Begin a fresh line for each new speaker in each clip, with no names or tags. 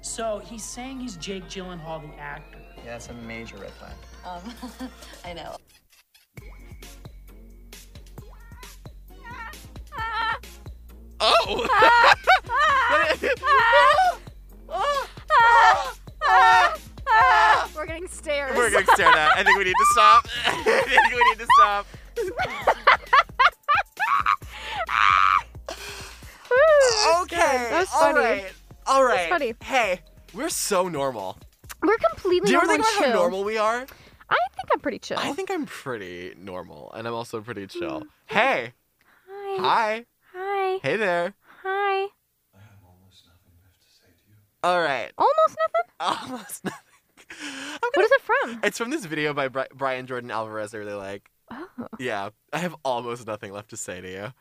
So he's saying he's Jake Gyllenhaal, the actor.
Yeah, that's a major red flag.
Um, I know.
Oh!
We're getting stares.
We're getting stared at. I think we need to stop. I think we need to stop. Okay.
That's
all
funny.
right, All right.
funny.
Hey, we're so normal.
We're completely
Do you ever
normal
think
and
about how
chill.
normal we are?
I think I'm pretty chill.
I think I'm pretty normal, and I'm also pretty chill.
Mm.
Hey.
Hi.
Hi.
Hi.
Hey there.
Hi.
All right.
Almost nothing?
Almost nothing. I'm
What
gonna-
is it from?
It's from this video by Bri- Brian Jordan Alvarez. I really like.
Oh.
Yeah, I have almost nothing left to say to you.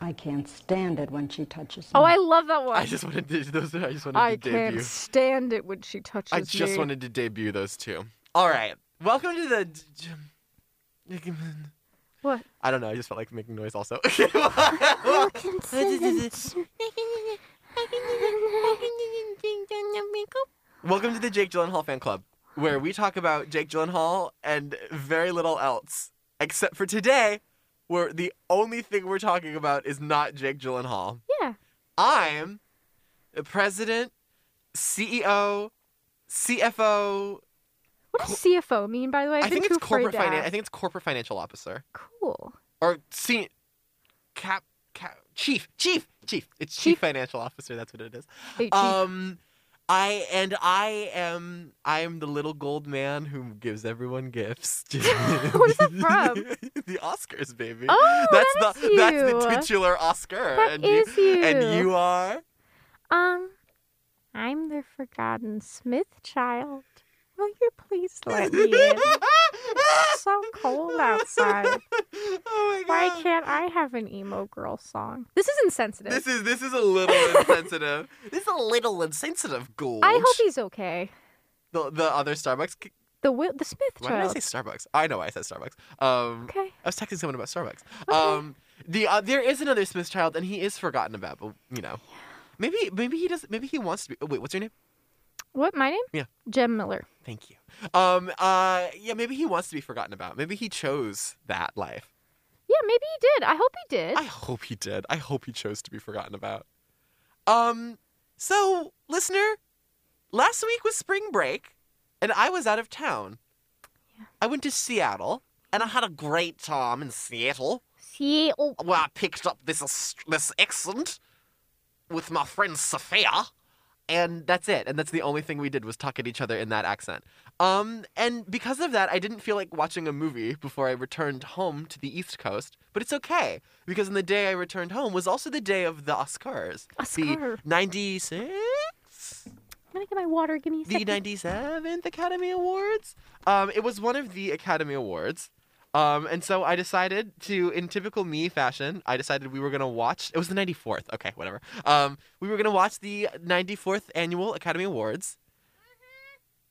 I can't stand it when she touches me.
Oh, I love that one.
I just wanted to. Those, I just wanted
I
to debut.
can't stand it when she touches
I just
me.
wanted to debut those two. All right. Welcome to the. d- d-
What?
I don't know. I just felt like making noise also. Welcome to the Jake Gyllenhaal fan club, where we talk about Jake Gyllenhaal and very little else, except for today, where the only thing we're talking about is not Jake Gyllenhaal.
Yeah.
I'm the president, E CEO, CFO.
What does CFO mean, by the way? I've
I
been
think
too
it's
afraid
corporate
to
finance. I
ask.
think it's corporate financial officer.
Cool.
or see, cap, cap, chief, chief, chief. It's chief,
Chief.
financial officer. That's what it is.
Hey, Chief.
Um, I and I am I am the little gold man who gives everyone gifts.
What is that from?
the Oscars, baby.
Oh,
that's
that
the
is
that's the
you.
titular Oscar.
That
and
is you.
And you are.
Um, I'm the forgotten Smith child. Will you please let me in? It's so cold outside.
Oh my
Why
God.
can't I have an emo girl song? This is insensitive.
This is this is a little insensitive. This is a little insensitive, Gold.
I hope he's okay.
the the other Starbucks
The wi- the Smith
Why
child.
did I say Starbucks? I know why I said Starbucks. Um,
okay. Uh-huh.
I was texting someone about Starbucks.
Okay.
Um, the uh, there is another Smith child, and he is forgotten about, but you know, maybe maybe he does. Maybe he wants to be. Oh, wait, what's your name?
What my name?
Yeah.
Jem Miller.
Thank you. Um, uh, yeah, maybe he wants to be forgotten about. Maybe he chose that life.
Yeah, maybe he did. I hope he did.
I hope he did. I hope he chose to be forgotten about. Um, so listener, last week was spring break, and I was out of town. I went to Seattle, and I had a great time in Seattle.
See, oh,
where I picked up this Aus- this accent with my friend Sophia, and that's it. And that's the only thing we did was talk at each other in that accent. Um, and because of that, I didn't feel like watching a movie before I returned home to the East Coast. But it's okay because on the day I returned home was also the day of the Oscars,
Oscar.
the ninety six
I'm gonna get my water. Give me a
the
second.
97th Academy Awards. Um, it was one of the Academy Awards. Um, and so I decided to, in typical me fashion, I decided we were going to watch. It was the 94th. Okay, whatever. Um, we were going to watch the 94th Annual Academy Awards.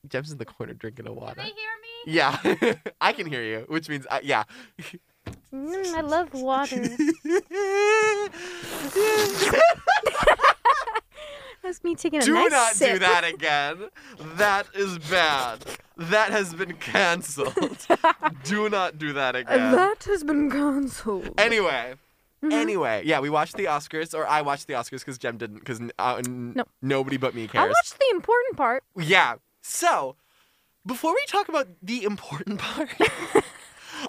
Jem's in the corner drinking a water.
hear
Yeah, I can hear you, which means, uh, yeah.
me? Mm, I love water. That's me taking a
do
nice
not
sip.
do that again. That is bad. That has been canceled. do not do that again.
And That has been cancelled.
Anyway.
Mm-hmm.
Anyway, yeah, we watched the Oscars, or I watched the Oscars because Jem didn't, because uh, n-
No.
nobody but me
I
cares.
watched the important part.
Yeah. So, before we talk about the important part,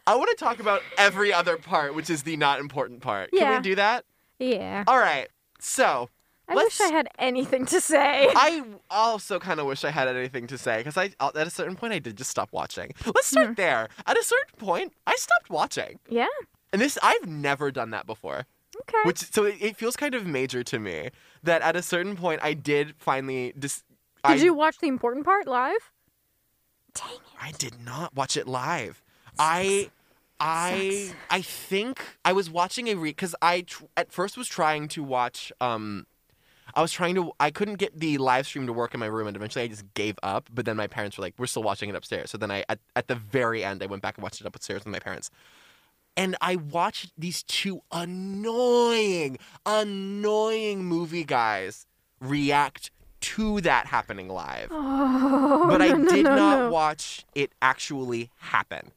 I want to talk about every other part, which is the not important part. Can
Yeah.
we do that?
Yeah.
All right. So,
I
Uh, let's-
wish I had anything to say.
I also kind of wish I had anything to say because I uh, at a certain point I did just stop watching. Let's
Hmm.
start there. At a certain point, I stopped watching,
Yeah.
and this I've never done that before.
Okay.
Which so it, it feels kind of major to me that at a certain point I did finally dis- I,
Did you watch the important part live? Dang it.
I did not watch it live. I I I think I was watching a re because I tr- at first was trying to watch um I was trying to I couldn't get the live stream to work in my room and eventually I just gave up but then my parents were like we're still watching it upstairs so then I at, at the very end I went back and watched it upstairs with my parents and I watched these two annoying annoying movie guys react to to that happening live,
Oh,
but I
no, no,
did
no,
not
no.
watch it actually happen,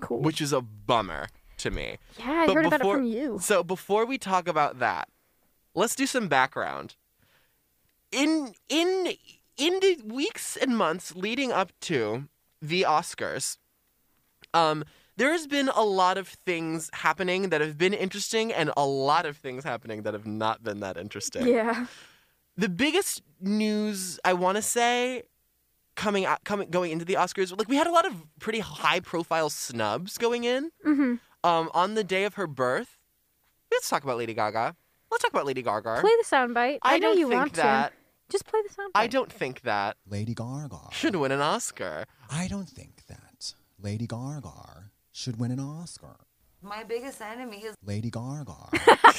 Cool.
which is a bummer to me.
yeah, I
but
heard about it
before-
from you.
So before we talk about that, let's do some background. In in in the weeks and months leading up to the Oscars, um, there has been a lot of things happening that have been interesting, and a lot of things happening that have not been that interesting
Yeah.
the biggest news I want to say coming out coming going into the Oscars like we had a lot of pretty high profile snubs going in
hmm
um on the day of her birth let's talk about Lady Gaga let's talk about Lady Gaga
Play the soundbite. I,
I
know
don't
you
think
want
that
to. Just play the soundbite.
I don't think that
Lady Gaga.
should win an Oscar
I don't think that Lady Gaga should win an Oscar.
My biggest enemy is
Lady Gaga.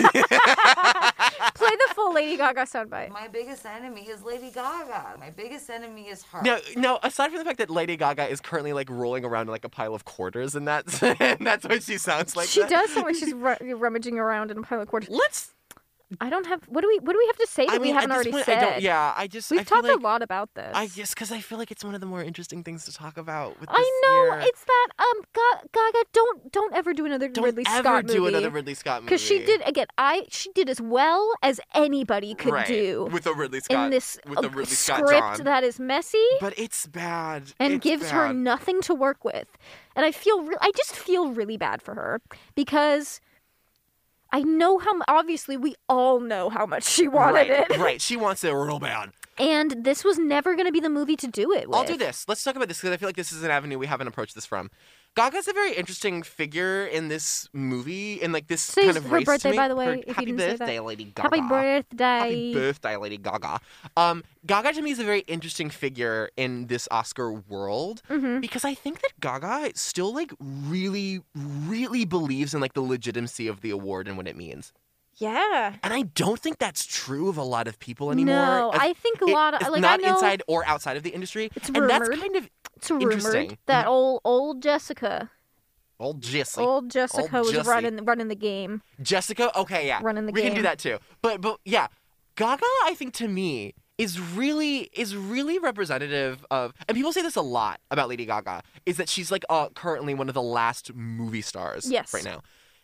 play the full Lady Gaga soundbite.
my biggest enemy is Lady Gaga. My biggest enemy is her.
now now aside from the fact that Lady Gaga is currently like rolling around in, like a pile of quarters and that's and that's what she sounds like
she
that.
does sound like she's ru- rummaging around in a pile of quarters.
let's
I don't have. What do we? What do we have to say
I
that
mean
we haven't
at this
already
point,
said?
I don't yeah I just
We've
I feel
talked
like-
a lot about this.
I just because I feel like it's one of the more interesting things to talk about. With
I
this
know
year.
it's that um Ga- Gaga don't don't ever do another
don't
Ridley
ever
Scott
do
movie
another Ridley Scott movie
because she did again I she did as well as anybody could
right.
do
with a Ridley Scott
in this
with a
uh,
Ridley Scott
script
John.
that is messy
but it's bad
and
It's
gives her
bad.
nothing to work with. And I feel re- I just feel really bad for her because I know how m- obviously we all know how much she wanted
right,
it.
right. She wants it real bad.
And this was never going to be the movie to do it with.
I'll do this. Let's talk about this because I feel like this is an avenue we haven't approached this from. Gaga's a very interesting figure in this movie, in like this
Today's
kind of
her
race to
birthday,
me.
by the way,
Her-
if you
happy
didn't say
birthday,
that.
Lady Gaga.
Happy birthday.
Happy birthday, Lady Gaga. Um, Gaga to me is a very interesting figure in this Oscar world
Mhm.
because I think that Gaga still like really, really believes in like the legitimacy of the award and what it means.
Yeah.
And I don't think that's true of a lot of people anymore.
No,
as-
I think a
it-
lot
as
of like
not
I know
inside or outside of the industry.
It's
and that's
rumored.
kind of
it's rumored
interesting.
that old old Jessica,
old Jesse.
old Jessica was
Jessie.
running running the game.
Jessica. Okay, yeah,
Running the
we can do
game.
that too. But but yeah, Gaga. I think to me is really is really representative of, and people say this a lot about Lady Gaga is that she's like uh, currently one of the last movie stars
Yes.
right now.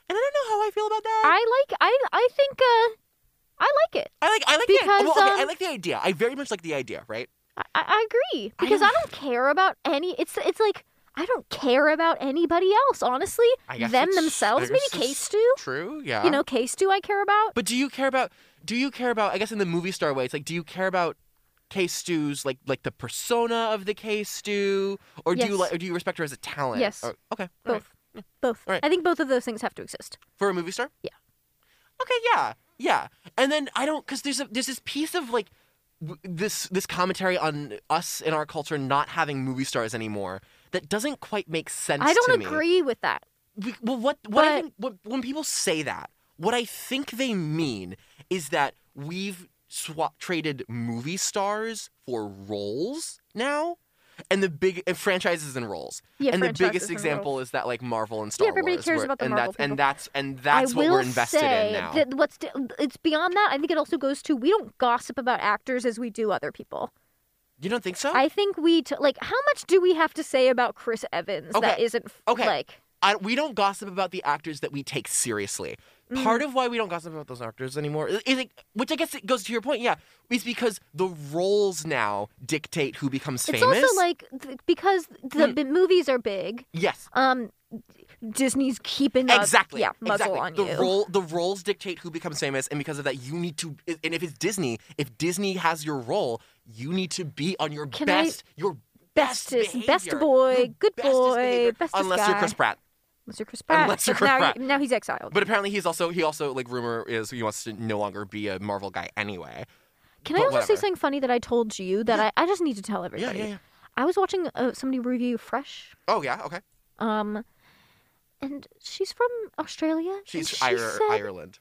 And I don't know how I feel about that.
I like I I think uh I like it.
I, like I like
because,
the, well, okay, I
um,
like the idea. I very much like the idea, right?
I, I agree
I
because I
don't-
don't, care about any. It's it's like I don't care about anybody else. Honestly,
I guess
them
that's-
themselves.
I
Maybe
guess that's
Case do.
True, yeah.
You know, Case do I care about?
But do you care about? Do you care about? I guess in the movie star way, it's like, do you care about K Stew's like like the persona of the K Stew, or do you
Yes.
like, or do you respect her as a talent?
Yes.
Or- okay. all right.
both, both.
All right.
I think both of those things have to exist.
For a movie star.
Yeah.
Okay. Yeah. Yeah. And then I don't because there's a there's this piece of like w- this this commentary on us in our culture not having movie stars anymore that doesn't quite make sense.
I
to
don't
me.
agree with that.
We- well, what what I
But-
think, what, when people say that, what I think they mean is that we've swap traded movie stars for roles now, and the big and franchises and roles.
Yeah,
and the
franchises
biggest
and
example
roles.
is that like Marvel and Star
everybody
Wars,
cares
where-
about the
and
Marvel
that's and
people.
that's and that's
I
what
will
we're invested
say
in now.
That what's it's beyond that. I think it also goes to we don't gossip about actors as we do other people.
you don't think so?
I think we t- like how much do we have to say about Chris Evans that
Okay.
isn't f-
Okay.
like
I, we don't gossip about the actors that we take seriously. Part
Mm-hmm.
of why we don't gossip about those actors anymore, is is it, which I guess it goes to your point, yeah, is because the roles now dictate who becomes
it's
famous. Hmm.
also like th- because the b- movies are big.
yes,
um Disney's keeping a-
exactly.
yeah muzzle
exactly.
on
the
you.
Role, the roles dictate who becomes famous, and because of that, you need to. And if it's Disney, if Disney has your role, you need to be on your
Can I-
best, your best,
Bestest-
behavior,
best boy,
your
good
bestest
boy,
behavior,
bestest
unless you're
guy.
Chris Pratt.
Mr. Chris Pratt,
Unless you're
but
Chris
now,
Pratt.
now he's exiled.
But apparently, he's also he also like rumor is he wants to no longer be a Marvel guy anyway.
Can I
but
also say
whatever.
something funny that I told you that I, I just need to tell everybody?
yeah.
I was watching uh, somebody review Fresh,
Oh yeah, okay.
um, and she's from Australia. and
She's
she
Ir-
said-
Ireland.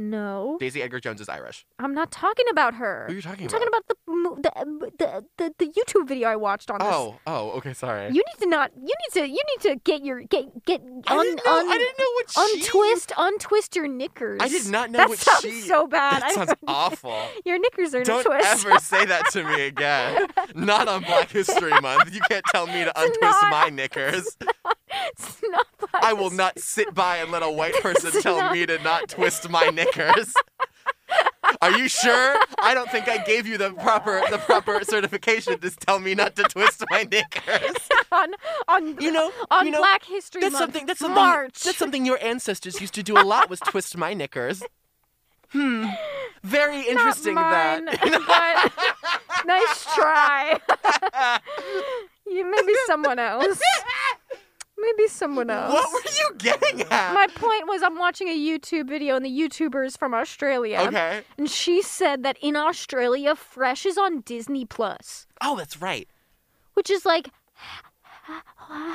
No,
Daisy Edgar Jones is Irish.
I'm not talking about her.
Who are you talking
I'm talking about the mo- the the the, the YouTube video I watched on this.
Oh, oh, okay, sorry.
You need to not. You need to. You need to get your get get un
I didn't know,
un
I didn't know what she-
untwist untwist your knickers.
I did not know
that
what
sounds
she-
so bad.
That
I
sounds
don't-
awful.
Your knickers are in a
Don't
twist.
ever say that to me again. Not on Black History Month. You can't tell me to untwist
not-
my knickers.
It's not black.
I will not sit by and let a white person tell
not-
me to not twist my knickers. Are you sure? I don't think I gave you the proper the proper certification to tell me not to twist my knickers.
on on
You know,
on
you know,
Black History
That's
Month.
something. That's something.
March.
That's something your ancestors used to do a lot was twist my knickers. Hmm. Very interesting.
Not mine,
That.
but nice try. you maybe someone else. Maybe someone else.
What were you getting at?
My point was, I'm watching a YouTube video, and the YouTuber's from Australia.
okay.
And she said that in Australia, Fresh is on Disney Plus,
Oh, that's right.
which is like, h-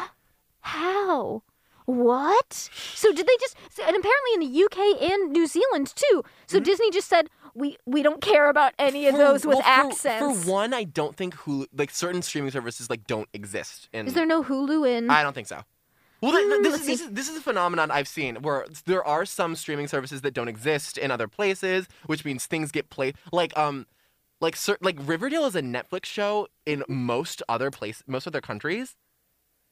how? What? So did they just? so- And apparently in the UK and New Zealand too. So Disney just said we we don't care about any of
Hmm. For-
those with
well, for-
accents.
For one, I don't think Hulu, like certain streaming services, like don't exist. In,
is there no Hulu in?
I don't think so. Well, th- th-
Hmm,
this,
let's
is, this,
Mm-hmm. see.
is, this is a phenomenon I've seen where there are some streaming services that don't exist in other places, which means things get played like um like cer- like Riverdale is a Netflix show in most other place most other countries.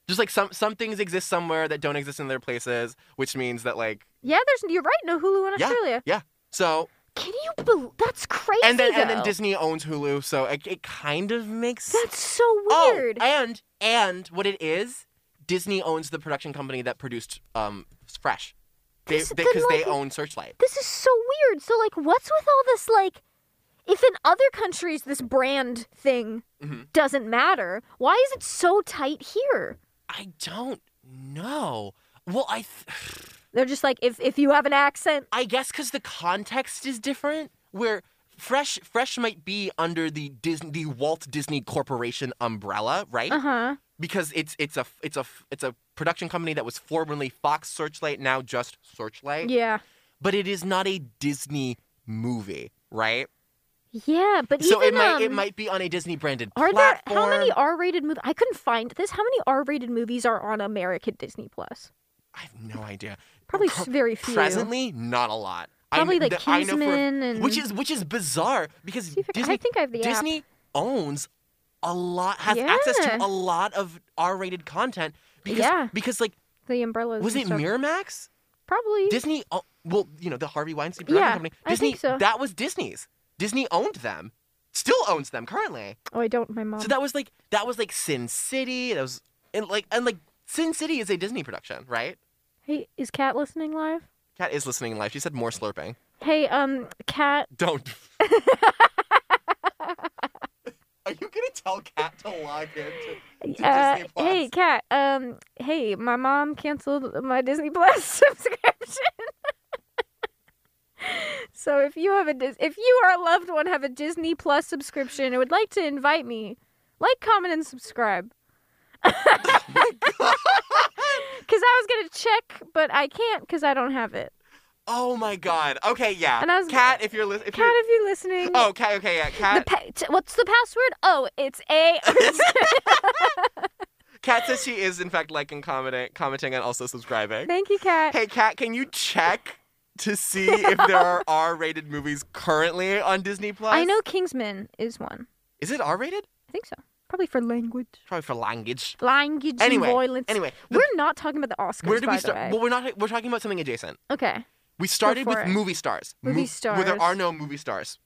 Just like some some things exist somewhere that don't exist in other places, which means that like
yeah, there's. You're right. No Hulu in
yeah
Australia.
yeah. So
Can you believe? That's crazy.
and then and then
though.
Disney owns Hulu, so it, it kind of makes
That's so weird.
Oh, and and what it is, Disney owns the production company that produced um Fresh. They
This-
because
then,
they, 'cause they
like-
own Searchlight.
this is so weird. So like, what's with all this like? If in other countries this brand thing
Mm-hmm.
doesn't matter, why is it so tight here?
I don't know. Well, I th-
They're just like, if if you have an accent,
I guess because the context is different. Where Fresh Fresh might be under the Disney the Walt Disney Corporation umbrella, right?
uh huh.
Because it's it's a it's a it's a production company that was formerly Fox Searchlight, now just Searchlight.
Yeah,
But it is not a Disney movie, right?
yeah. But
So
even
it might it
um,
might be on a Disney branded
Are there
platform.
how many R-rated movies? I couldn't find this. How many R-rated movies are on American Disney Plus?
I have no idea.
Probably
Cur-
very few.
Presently, not a lot. I
Probably,
kn-
like,
that I know for a-
Kingsman and-
which is which is bizarre because
See if I-
Disney
I think I have the app.
Disney owns a lot has access
Yeah.
to a lot of R-rated content because
Yeah.
because like
The umbrellas.
was
and
it
stuff.
Miramax?
Probably.
Disney o- well, you know, the Harvey Weinstein production
Yeah,
company.
I
Disney
think so.
that was Disney's. Disney owned them. Still owns them currently.
oh, I don't. My mom.
So that was like that was like Sin City. That was and like and like Sin City is a Disney production, right?
hey, is Kat listening live?
Kat is listening live. She said more slurping.
Hey, um, Kat.
Don't. Are you gonna tell Kat to log in to, to
Uh,
Disney Plus?
hey, Kat. Um, hey, my mom canceled my Disney Plus subscription. so if you have a Dis- if you or a loved one have a Disney Plus subscription and would like to invite me, like, comment, and subscribe. Because I was gonna check, but I can't because I don't have it.
Oh my God. Okay, yeah.
And I was-
Kat, if you're listening.
Kat, if you're listening,
Oh, Kat. Okay, yeah.
the
Kat.
pa- t- what's the password? Oh, it's a.
Kat says she is in fact liking, commenting, commenting, and also subscribing.
Thank you, Kat.
Hey, Kat, can you check to see if there are R-rated movies currently on Disney Plus?
I know Kingsman is one.
Is it R-rated?
I think so. Probably for language.
Probably for language.
language
Anyway,
and violence.
anyway, the-
we're not talking about the Oscars.
Where do
by
we
the
start?
way.
Well, we're not. We're talking about something adjacent.
okay.
We started
for
with
it.
movie stars.
Movie
Where there
stars.
are no movie stars.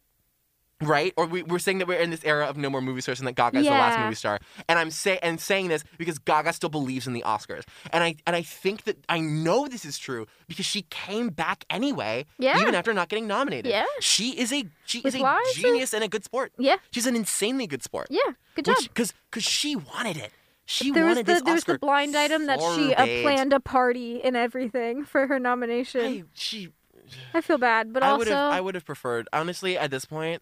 Right? Or we, we're saying that we're in this era of no more movie stars and that Gaga is the last
Yeah.
movie star. And I'm say and saying this because Gaga still believes in the Oscars. And I and I think that I know this is true because she came back anyway,
Yeah.
even after not getting nominated.
Yeah.
She is a she
With
is a
Liza.
genius and a good sport.
Yeah.
She's an insanely good sport.
Yeah. Good job.
Because she wanted it. She
there was
wanted
the
this
there was the
Oscar
blind item that
so
she uh,
bad.
planned a party and everything for her nomination.
I, she
I, feel bad, but
I would
also
have I would have preferred honestly at this point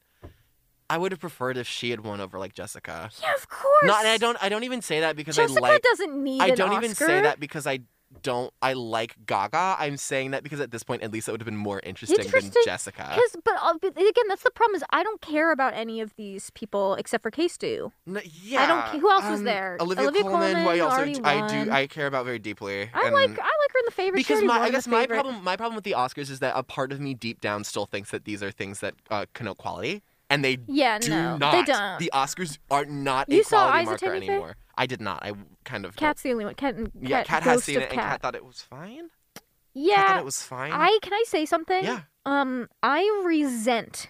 I would have preferred if she had won over like Jessica.
yeah, of course.
Not and I don't I don't even say that because
Jessica
I like
doesn't need
I
an
don't even say
Oscar.
that because I don't I like Gaga. I'm saying that because at this point, at least it would have been more interesting,
Interesting,
than Jessica.
Because, but, uh, but again, that's the problem is I don't care about any of these people except for Case Do.
N- yeah, um,
don't ca- who else was there?
Olivia,
Olivia
Colman, who I
Colman
also
already
I do
won.
I care about very deeply.
I
and-
like I like her in the favorite
because
she already
my
won
I
in
guess
the
my
favorite.
problem my problem with the Oscars is that a part of me deep down still thinks that these are things that uh, connote quality, and they
Yeah,
do
no,
not.
they don't.
The Oscars are not
You
a
saw
quality
Eyes of
marker
Tammy Faye?
anymore. I did not. I kind of
Cat's the only one. Cat, and
yeah.
Cat,
Cat
Ghost
has seen
of
it, and
Cat.
Cat thought it was fine. Cat
yeah,
thought it was fine.
I can I say something?
Yeah.
Um, I resent.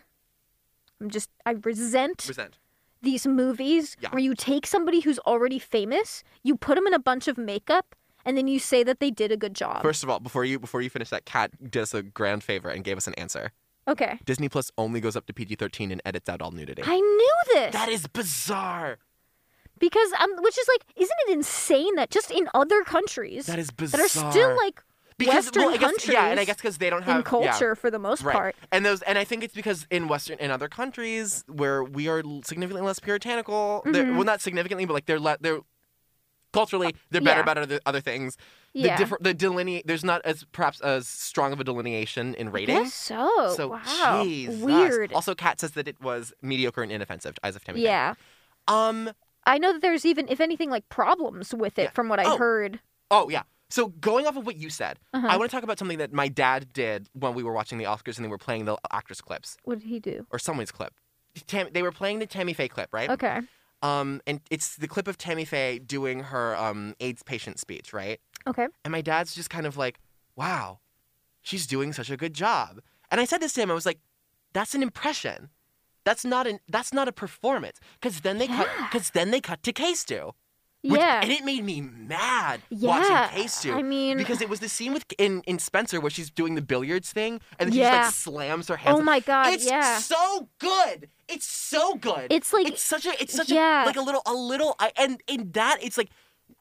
I'm just I resent
Resent.
these movies
Yeah.
where you take somebody who's already famous, you put them in a bunch of makeup, and then you say that they did a good job.
First of all, before you before you finish that, Cat did us a grand favor and gave us an answer.
okay,
Disney Plus only goes up to PG thirteen and edits out all nudity.
I knew this
that is bizarre.
because um, which is like, isn't it insane that just in other countries
That is
that are still
bizarre.
like
Because
Western
well, I guess,
countries,
yeah, and I guess because they don't have
in
yeah.
culture for the most
Right.
part.
And those and I think it's because in Western in other countries where we are l- significantly less puritanical, they're-
Mm-hmm.
well not significantly, but like they're le- they're culturally they're better
yeah.
about other other things.
Yeah.
The different the delineate there's not as perhaps as strong of a delineation in rating.
Guess so.
So
oh, wow.
Jesus.
Weird.
Also Kat says that it was mediocre and inoffensive, Eyes of Tammy Faye.
yeah.
Um
I know that there's even, if anything, like problems with it
Yeah.
from what I
Oh.
heard.
Oh yeah. So going off of what you said,
Uh-huh.
I want to talk about something that my dad did when we were watching the Oscars and they were playing the actress clips
What did he do?
or someone's clip. Tam- they were playing the Tammy Faye clip, right?
Okay.
Um, and it's the clip of Tammy Faye doing her um AIDS patient speech, right?
Okay.
And my dad's just kind of like, "Wow, she's doing such a good job." And I said this to him, I was like, "That's an impression. That's not an. That's not a performance." Because then they cut. Because then they cut to Case Do. Which-
yeah.
And it made me mad
Yeah,
watching Case do.
I mean-
because it was the scene with in, in Spencer where she's doing the billiards thing and then she
Yeah.
just like slams her hands.
Oh my God,
It's
yeah.
so good. It's so good.
It's like-
it's such a it's such a
yeah.
like a little a little I, and in that it's like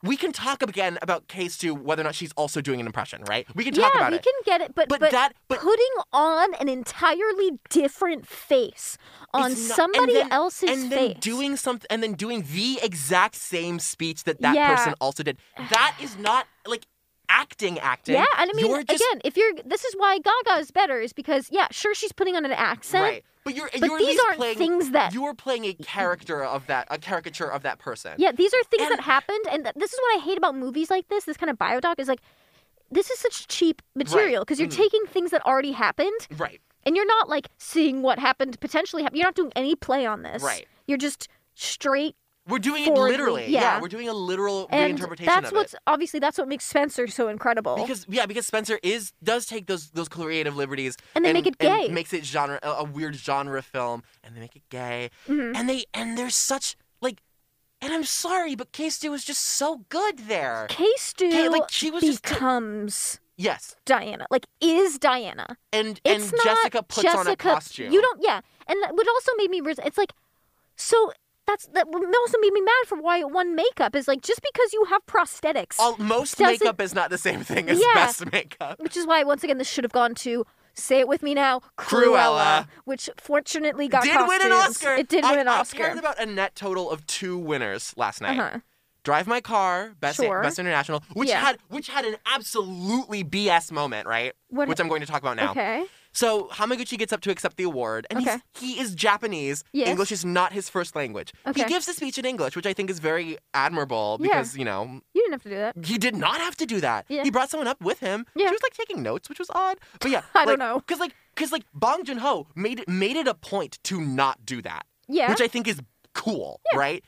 we can talk again about Case do whether or not she's also doing an impression, right? We can
yeah,
talk about
we
it.
can get it, but,
But
but,
that- but-
putting on an entirely different face on
It's not- and
somebody
then-
else's
and then
face.
doing something and then doing the exact same speech that that
Yeah.
person also did that is not like acting acting
yeah, and I mean,
You're just-
again, if you're, this is why Gaga is better, is because, yeah, sure, she's putting on an accent.
right but you're
but
you're at
these
least
aren't
playing
things that-
you're playing a character of that a caricature of that person
Yeah, these are things
And-
that happened, and th- this is what I hate about movies like this. This kind of biodoc is like, this is such cheap material because
Mm.
you're taking things that already happened,
right
and you're not like seeing what happened potentially. Happen- you're not doing any play on this.
Right.
You're just straight,
we're doing it
Forwardly,
literally
yeah.
we're doing a literal
and
reinterpretation
that's
of
what's
it
obviously that's what makes Spencer so incredible.
because yeah because Spencer is does take those those creative liberties
And they make it gay.
makes it genre a, a weird genre film and they make it gay
Mm-hmm.
and they and there's such like and I'm sorry but Case Stew was just so good there
Case Stew
Kate, like, she was just-
becomes
yes
Diana, like is Diana.
and
It's
and
not
Jessica puts on a
Jessica-
costume
You don't, yeah, and that, what also made me res- it's like so that's that what also made me mad for why it won makeup is like just because you have prosthetics,
All, most
Doesn't-
makeup is not the same thing as
Yeah.
best makeup.
which is why once again this should have gone to. Say it with me now,
Cruella.
Cruella, which fortunately got
did win
costumes.
an Oscar.
It did
I,
win an
I
Oscar.
heard about a net total of two winners last night.
Uh-huh.
Drive My Car, Best
Sure.
Best International, which
Yeah.
had which had an absolutely BS moment, right?
What-
which I'm going to talk about now.
Okay,
So Hamaguchi gets up to accept the award, and
Okay.
he's, he is Japanese.
Yes.
English is not his first language. He
Okay.
gives the speech in English, which I think is very admirable
Yeah.
because you know
you didn't have to do that.
he did not have to do that.
Yeah.
He brought someone up with him.
Yeah.
She was like taking notes, which was odd. But yeah,
I don't know.
Because like, because like Bong Joon Ho made it made it a point to not do that.
Yeah.
Which I think is cool, right?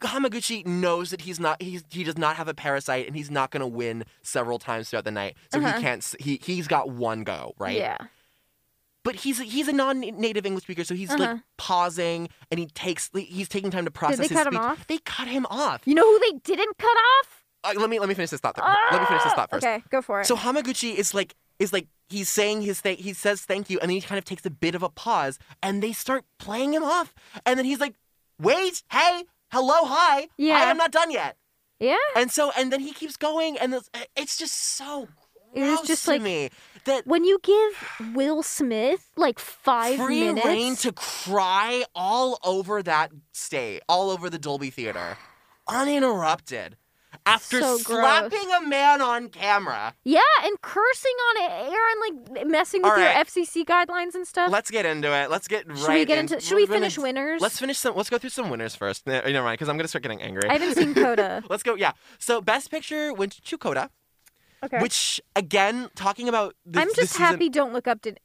Hamaguchi knows that he's not he's he does not have a parasite and he's not going to win several times throughout the night. So he can't s- he he's got one go, right?
Uh-huh. Yeah,
But he's he's a non-native English speaker, so he's
Uh-huh.
like pausing and he takes he's taking time to process his
cut him
speech.
off?
They cut him off.
you know who they didn't cut off?
Uh, let me let me finish this thought. th- let me finish this thought first.
Ah! Okay, go for it.
So Hamaguchi is like is like he's saying his thing. He says thank you, and then he kind of takes a bit of a pause, and they start playing him off, and then he's like, "Wait, hey, hello, hi, I
Yeah.
am not done yet."
yeah,
And so and then he keeps going, and it's, it's just so.
It is
gross
just
to
like-
me that
when you give Will Smith like five
free
minutes,
reign to cry all over that state, all over the Dolby Theater, uninterrupted. after
So gross.
slapping a man on camera.
Yeah, and cursing on air and like messing with
All
your
right.
FCC guidelines and stuff.
Let's get into it. Let's get
Should we
right
get into- should we
we're gonna-
finish winners?
Let's finish some. Let's go through some winners first. Ne- Never mind, because I'm gonna start getting angry.
I haven't seen Coda.
Let's go. Yeah. So best picture went to Coda,
Okay.
which again, talking about. This,
I'm
this
just
season-
happy. Don't look up. Did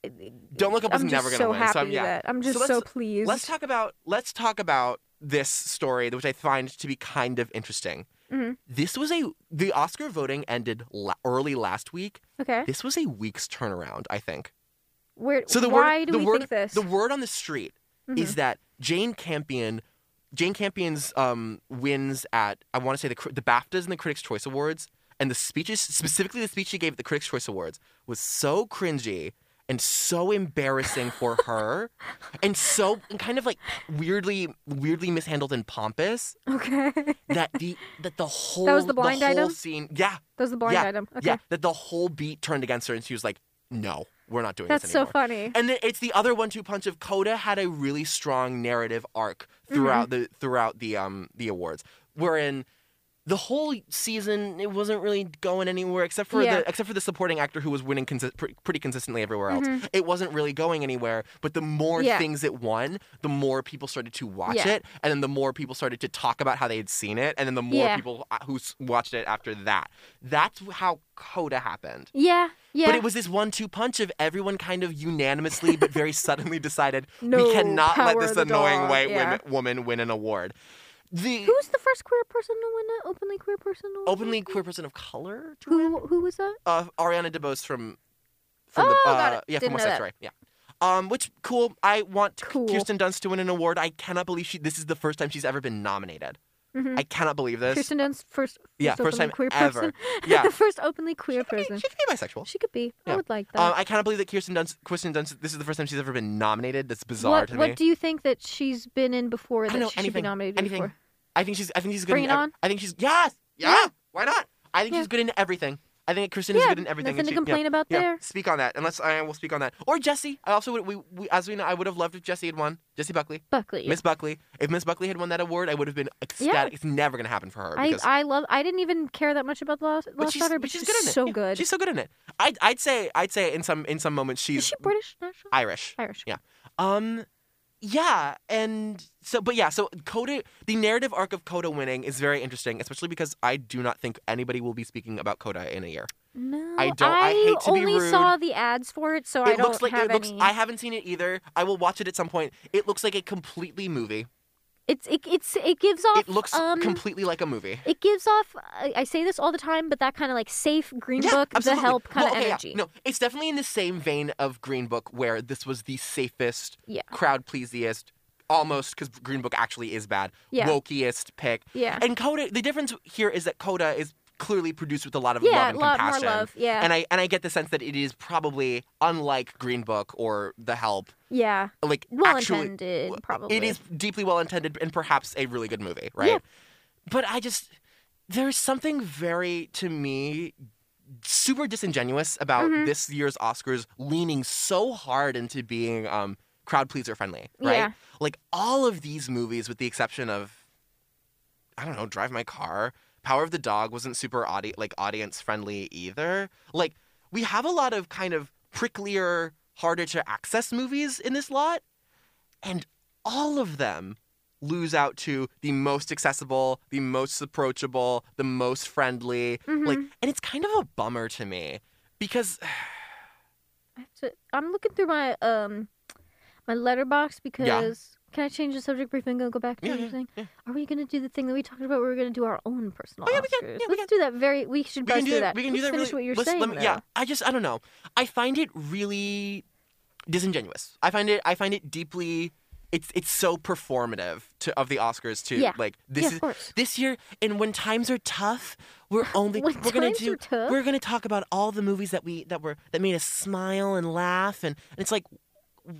Don't look up
I'm
was never
just
gonna
so
win.
Happy
so I'm yeah.
that- I'm just
let's-
so pleased.
Let's talk about. Let's talk about this story, which I find to be kind of interesting.
Mm-hmm.
This was a the Oscar voting ended la- early last week.
okay.
This was a week's turnaround, I think.
Where?
So the
why
word,
do
the
we
word,
think this? Mm-hmm.
The word on the street is that Jane Campion, Jane Campion's um, wins at I want to say the cri- the BAFTAs and the Critics' Choice Awards, and the speeches specifically the speech she gave at the Critics' Choice Awards was so cringy and so embarrassing for her, and so and kind of like weirdly weirdly mishandled and pompous
okay.
that the that the whole
was the blind
whole
item?
scene yeah
That was the blind
yeah,
item. Okay.
yeah that the whole beat turned against her and she was like no we're not doing
That's
this
so
anymore.
funny.
And then it's the other one-two punch of Coda had a really strong narrative arc throughout
Mm-hmm.
the throughout the um the awards, wherein the whole season it wasn't really going anywhere except for
Yeah.
the except for the supporting actor who was winning consi- pr- pretty consistently everywhere else. It wasn't really going anywhere. But the more
Mm-hmm. Yeah.
things it won, the more people started to watch
Yeah.
it, and then the more people started to talk about how they had seen it, and then the more
Yeah.
people uh, who s- watched it after that. That's how Coda happened.
Yeah. Yeah.
But it was this one-two punch of everyone kind of unanimously but very suddenly decided
No,
we cannot let
power
this
the
annoying
dog,
white
yeah.
women- woman win an award. The
Who was the first queer person to win it? Openly queer person. To win
openly queer person of color,
It? Who? Who was that?
uh, Ariana DeBose from from
Oh,
the uh,
got it.
yeah from
Didn't know
West Side
that.
Story. Yeah. Um, which cool. I want K-
Cool.
Kirsten Dunst to win an award. I cannot believe she. This is the first time she's ever been nominated.
Mhm.
I cannot believe this.
Kirsten Dunst, first, first
yeah, first
openly
time
queer
ever.
person.
Yeah,
the first openly queer
she
person.
could be bisexual.
She could be.
Yeah.
I would like that.
Um, I cannot believe that Kirsten Dunst. Kirsten Dunst. This is the first time she's ever been nominated. That's bizarre
what
to me.
What do you think that she's been in before
I
that
don't know
she should be
anything.
nominated
anything.
for?
I think she's. I think she's good.
Bring
in
It
ev-
On?
I think she's. Yes. Yeah. Why not? I think
Yeah.
she's good in everything. I think Kristen is
Yeah,
good in everything. and
nothing to
she- yeah,
complain about
yeah.
there.
Speak on that, unless I will speak on that. Or Jesse. I also would. We, we as we know, I would have loved if Jesse had won. Jesse Buckley.
Buckley.
Miss Buckley. If Miss Buckley had won that award, I would have been ecstatic. It's never gonna happen for her.
I,
because,
I love. I didn't even care that much about the last, last daughter, but she's,
good in it.
so
Yeah,
good.
She's so good in it. I'd, I'd say. I'd say in some in some moments
Is
she's
she British? National?
Irish.
Irish.
Yeah. Um yeah, and so but yeah, so Coda the narrative arc of Coda winning is very interesting, especially because I do not think anybody will be speaking about Coda in a year.
No,
I don't- I hate to be
only
rude.
saw the ads for it, so I
it
don't
looks like
have
it looks
any.
I haven't seen it either. I will watch it at some point. It looks like a completely movie.
It's it, it's it gives off.
it looks
um,
completely like a movie.
It gives off. I, I say this all the time, but that kind of like safe Green Book, the
absolutely.
help
Well,
kind of
okay, yeah.
energy.
No, it's definitely in the same vein of Green Book, where this was the safest,
Yeah.
crowd pleasiest, almost because Green Book actually is bad,
Yeah.
wokiest pick.
Yeah.
And Coda, the difference here is that Coda is clearly produced with a lot of
Yeah,
love and
a lot more
compassion.
love, yeah.
And I and I get the sense that it is probably unlike Green Book or The Help,
Yeah,
like
well
actually,
intended,
w-
probably.
It is deeply well intended and perhaps a really good movie, right?
Yeah.
But I just there's something very to me super disingenuous about this year's Oscars leaning so hard into being um crowd pleaser friendly, right?
Yeah.
Like all of these movies with the exception of I don't know, Drive My Car, Power of the Dog wasn't super audi- like audience friendly either. Like we have a lot of kind of pricklier, harder to access movies in this lot, and all of them lose out to the most accessible, the most approachable, the most friendly. Like, and it's kind of a bummer to me because
I have to, I'm looking through my um my letterbox because can I change the subject briefly and go go back to
Yeah,
the
yeah, Oh,
thing? Are we gonna do the thing that we talked about? where We're gonna do our own personal.
yeah, we
Oscars.
can. Yeah, we
Let's do that. Very. We should
we
buzz
can do
through
that. We can
Let's
do that. really-
finish what you're
let's-
saying.
let me- yeah, I just I don't know. I find it really disingenuous. I find it I find it deeply. It's it's so performative to of the Oscars to
Yeah.
like this
Yeah, of
is
course.
this year and when times are tough we're only
When
we're gonna
times
do
are tough?
we're gonna talk about all the movies that we that were that made us smile and laugh and, and it's like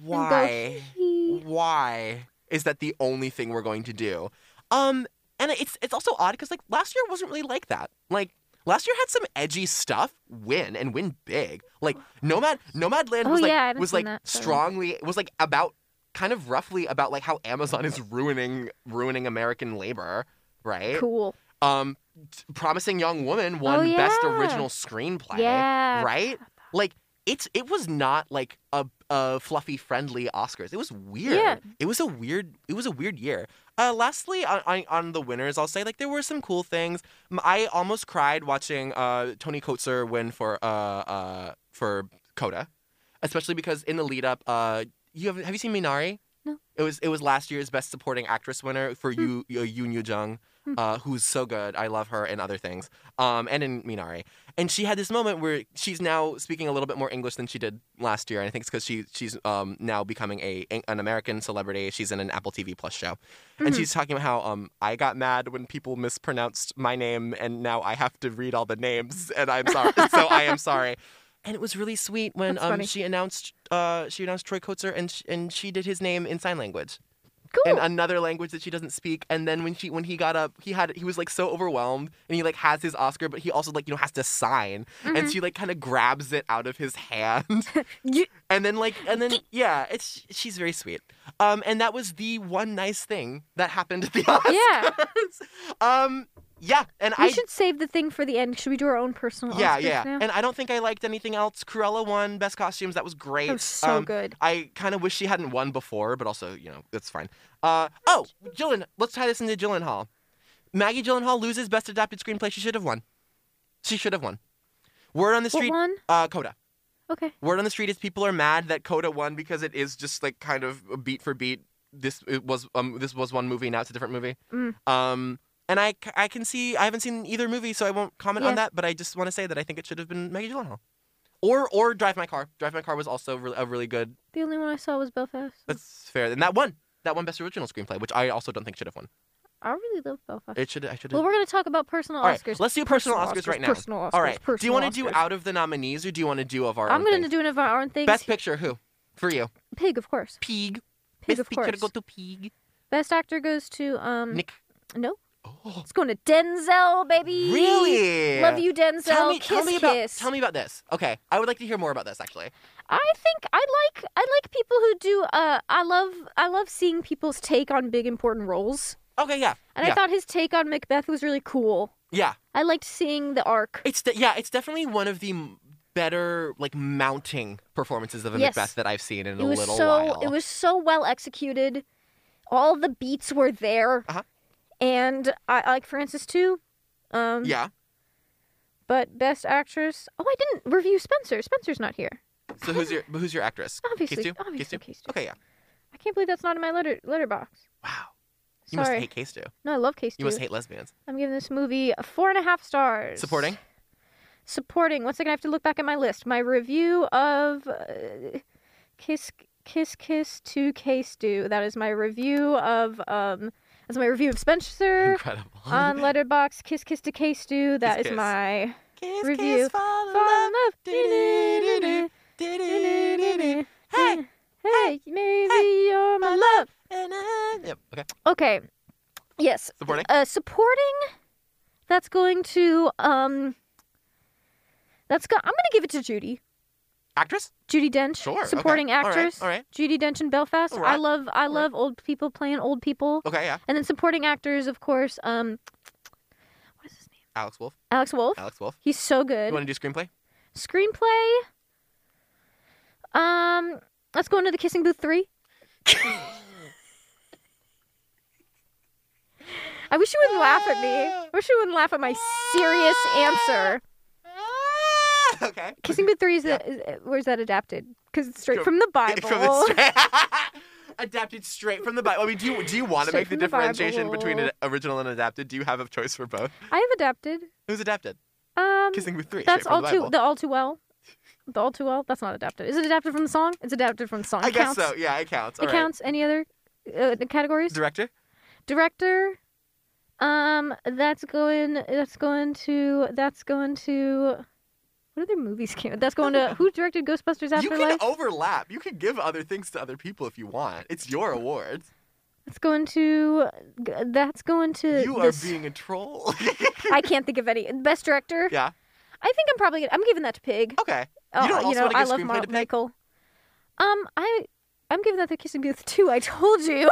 why
"Hee hee."
why is that the only thing we're going to do um and it's it's also odd because like last year wasn't really like that like last year had some edgy stuff win and win big like nomad nomad land
Oh,
was like
yeah, I haven't
was
seen
like
that, sorry.
strongly it was like about kind of roughly about like how amazon is ruining ruining american labor right
Cool.
um, t- Promising Young Woman won
Oh,
Best
yeah.
Original Screenplay.
Yeah.
Right? Like it's it was not like a, a fluffy friendly Oscars. It was weird.
Yeah.
It was a weird it was a weird year. Uh, lastly, on, on, on the winners, I'll say like there were some cool things. M- I almost cried watching uh, Tony Coates win for uh, uh, for Coda, especially because in the lead up, uh, you have have you seen Minari?
No.
It was it was last year's Best Supporting Actress winner for Yu Yu Yoon Yoo Jung, uh, who's so good. I love her and other things, um, and in Minari. And she had this moment where she's now speaking a little bit more English than she did last year, and I think it's because she she's um, now becoming a an American celebrity. She's in an Apple TV Plus show, and she's talking about how um, I got mad when people mispronounced my name, and now I have to read all the names, and I'm sorry. so I am sorry. And it was really sweet when
That's
um,
funny.
she announced uh, she announced Troy Kotzer and sh- and she did his name in sign language
Cool.
in another language that she doesn't speak. And then when she when he got up, he had he was like so overwhelmed, and he like has his Oscar, but he also like you know has to sign,
Mm-hmm.
and she like kind of grabs it out of his hand,
You-
and then like and then yeah, it's she's very sweet. Um, and that was the one nice thing that happened at the Oscars.
yeah.
Um, yeah, and
We
I
should save the thing for the end. Should we do our own personal
yeah,
Oscars
yeah.
now?
And I don't think I liked anything else. Cruella won best costumes. That was great. Um,
was so good.
I kind of wish she hadn't won before, but also you know it's fine. Uh, oh, Jillian, let's tie this into Gyllenhaal. Maggie Gyllenhaal loses best adapted screenplay. She should have won. She should have won. Word on the
What
street.
won?
Uh, Coda.
okay.
Word on the street is people are mad that Coda won because it is just like kind of beat for beat. This it was um this was one movie now it's a different movie.
Mm.
Um and I, c- I can see I haven't seen either movie so I won't comment on
Yeah.
that but I just want to say that I think it should have been Maggie Gyllenhaal. Or or Drive My Car. Drive My Car was also re- a really good.
The only one I saw was Belfast.
That's fair. And that one that one best original screenplay which I also don't think should have won.
I really love Belfast.
It should I should have.
well, we're going to talk about personal
All right,
Oscars.
let's do personal, Oscars, right now.
Personal Oscars.
All right. do you
personal
want to do
Oscars.
out of the nominees or do you want to do of our
I'm
own
going to
things?
do one of our own things.
Best Picture who? For you.
Pig, of course.
Pig.
Pig, of
Best Picture to
course.
go to Pig.
Best actor goes to um
Nick
no.
Oh.
It's going to Denzel, baby.
Really?
Love you, Denzel.
tell me,
kiss,
tell me about,
kiss.
tell me about this. Okay, I would like to hear more about this actually.
I think I like I like people who do. Uh, I love I love seeing people's take on big important roles,
Okay, yeah,
and
yeah,
I thought his take on Macbeth was really cool.
yeah.
I liked seeing the arc.
It's de- yeah, it's definitely one of the m- better like mounting performances of a
Yes.
Macbeth that I've seen in
It
a
was
little
so
while.
it was so well executed. All the beats were there,
Uh-huh.
and I, I like Francis too. Um,
yeah.
But best actress. Oh, I didn't review Spencer. Spencer's not here.
So who's your but who's your actress?
Obviously,
Kistu?
obviously,
Kistu?
Kistu.
Okay, yeah.
I can't believe that's not in my letter letterbox.
Wow, you must
Sorry.
hate Case too.
no, I love Case
You must hate lesbians.
I'm giving this movie a four and a half stars.
Supporting.
Supporting. One second, I have to look back at my list. My review of uh, Kiss Kiss Kiss to Case Do. That is my review of um. That's my review of Spencer
Incredible.
on Letterbox. Kiss Kiss to Case Do. That is
Kiss, Kiss.
my
kiss,
review.
Kiss, fall in
Fall in
love.
love.
Do-do-do-do. Do-do-do-do. Hey,
Hey, maybe you're my love.
and I- Yep. Okay.
Okay. Yes.
Supporting.
Uh, supporting. That's going to um. That's go- I'm going to give it to Judy.
Actress.
Judy Dench,
Sure, okay.
supporting
All right,
actress.
all right.
Judy Dench in Belfast.
All right,
I love I
right.
love old people playing old people.
Okay, yeah.
And then supporting actors, of course, um what is his name?
Alex Wolf.
Alex Wolf.
Alex Wolf.
He's so
You
good.
want to do screenplay?
Screenplay. Um let's go into the kissing booth three. I wish you wouldn't laugh at me. I wish you wouldn't laugh at my serious answer. Ah!
okay.
Kissing Booth 3 is, a, is- uh, where's that adapted? Because it's straight
Go-
from the Bible.
From the stra- adapted straight from the Bible. I mean, do you do you want to
Straight
make the
from the
differentiation between
Bible.
an original and adapted? Do you have a choice for both?
I have adapted.
Who's adapted?
Um,
Kissing with three.
That's
straight from
all
the
too
Bible.
the all too well. The all too well. That's not adapted. Is it adapted from the song? It's adapted from the song.
I
It
guess
counts.
so. Yeah, it counts.
It
All right.
counts. Any other uh, categories?
Director.
Director. Um, that's going. That's going to. That's going to. What other movies came? That's going to. Who directed Ghostbusters
You can
Afterlife?
overlap. You can give other things to other people if you want. It's your award.
That's going to. That's going to.
You are
this-
being a troll.
I can't think of any. Best director.
yeah.
I think I'm probably. Gonna, I'm giving that to Pig.
Okay.
Oh,
you don't also
know,
want to
I
give
love
screenplay
Mar-
to Pig?
Michael. Um, I I'm giving that the Kissing Booth too. I told you.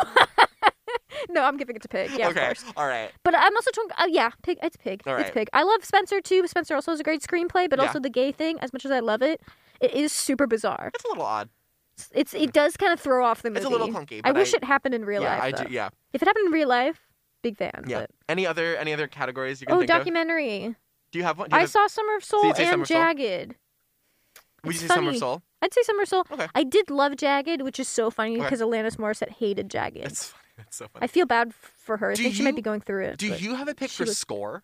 no, I'm giving it to Pig. Yeah, of
okay.
course.
All right.
But I'm also talking. Uh, yeah, Pig. It's Pig.
All
It's
right.
Pig. I love Spencer too. Spencer also has a great screenplay, but
Yeah.
also the gay thing. As much as I love it, it is super bizarre.
It's a little odd.
It's, it's it does kind of throw off the movie.
It's a little clunky,
I
but
wish
I-
it happened in real
yeah,
life.
I do.
though.
Yeah.
If it happened in real life, big fan.
Yeah.
but-
Any other any other categories you can
Oh,
think of?
documentary.
Do you have one? Do you
I
have-
saw Summer of
you
Soul
say Summer
and
of Soul?
Jagged.
Would you
it's
say Summer
funny.
Soul?
I'd say Summer of Soul.
Okay.
I did love Jagged, which is so funny
Okay.
because Alanis Morissette hated Jagged.
That's funny. That's so funny.
I feel bad f- for her. I
Do
think she might be
you-
going through it.
Do
but-
you have a pick
she
for
was-
score?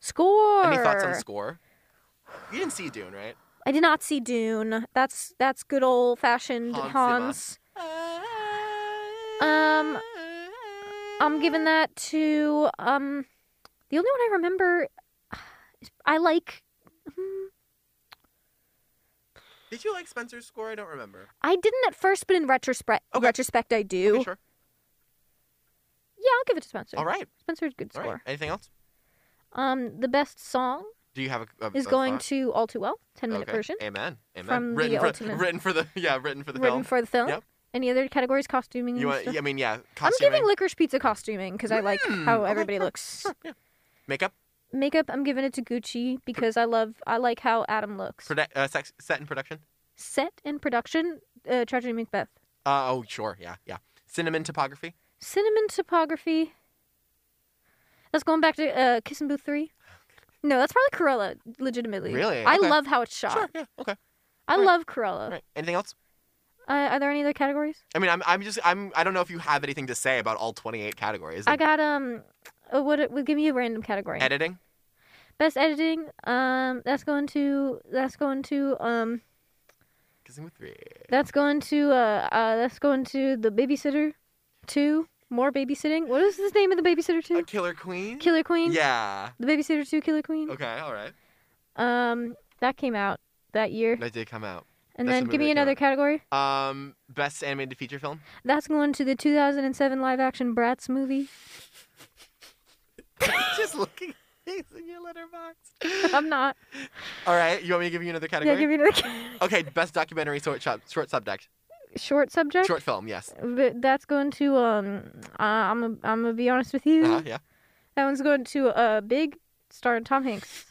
Score?
Any thoughts on score? You didn't see Dune, right?
I did not see Dune. That's that's good old fashioned
Hans Zimmer.
Hans. Um, I'm giving that to um. The only one I remember, is- I like. hmm,
Did you like Spencer's score? I don't remember.
I didn't at first, but in retrospect,
Okay.
retrospect I do.
Okay, sure.
Yeah, I'll give it to Spencer.
All right.
Spencer's good
All
score.
right. Anything else?
Um, the best song
Do you have a, a
is
a
going
thought?
to All Too Well, ten minute
okay.
version,
Amen. Amen.
from the
written for
ultimate-
written for the yeah written for the
written
film.
for the film.
Yep.
Any other categories? Costuming.
you
and
want,
stuff?
I mean yeah.
I'm
Costuming, Hmm,
giving Licorice Pizza costuming because I like how everybody looks.
makeup,
Makeup, I'm giving it to Gucci because I love I like how Adam looks.
produ- uh, sex, set and production.
Set and production, uh, Tragedy of Macbeth.
Uh, oh sure yeah yeah. Cinnamon topography.
Cinnamon topography. That's going back to uh, Kissing Booth three. No, that's probably Cruella. Legitimately,
Really?
I
Okay.
love how it's shot.
Sure yeah okay.
I
All right.
love Cruella.
All right. Anything else?
Uh, are there any other categories?
I mean I'm I'm just I'm I don't know if you have anything to say about all 28 categories.
I got um. uh, What? it- well, Give me a random category.
editing.
Best editing. Um, that's going to. That's going to. Um,
Kissing with three.
that's going to. Uh, uh that's going to the babysitter. Two more babysitting. What is the name of the babysitter two?
A killer queen.
Killer Queen. Mm-hmm.
Yeah.
The babysitter two Killer Queen.
Okay. All right.
Um, that came out that year.
That did come out.
and
that's
then
the
give
movie
me
that came
another
out.
category.
Um, best animated feature film.
That's going to the 2007 live action Bratz movie.
just looking at things in your letterbox.
I'm not.
All right. You want me to give you another
Yeah,
category?
give me another ca-
Okay. Best documentary short shop, short subject.
short subject.
Short film. Yes.
But that's going to um. Uh, I'm a, I'm gonna be honest with you.
Uh-huh, yeah.
That one's going to uh, Big, starring Tom Hanks.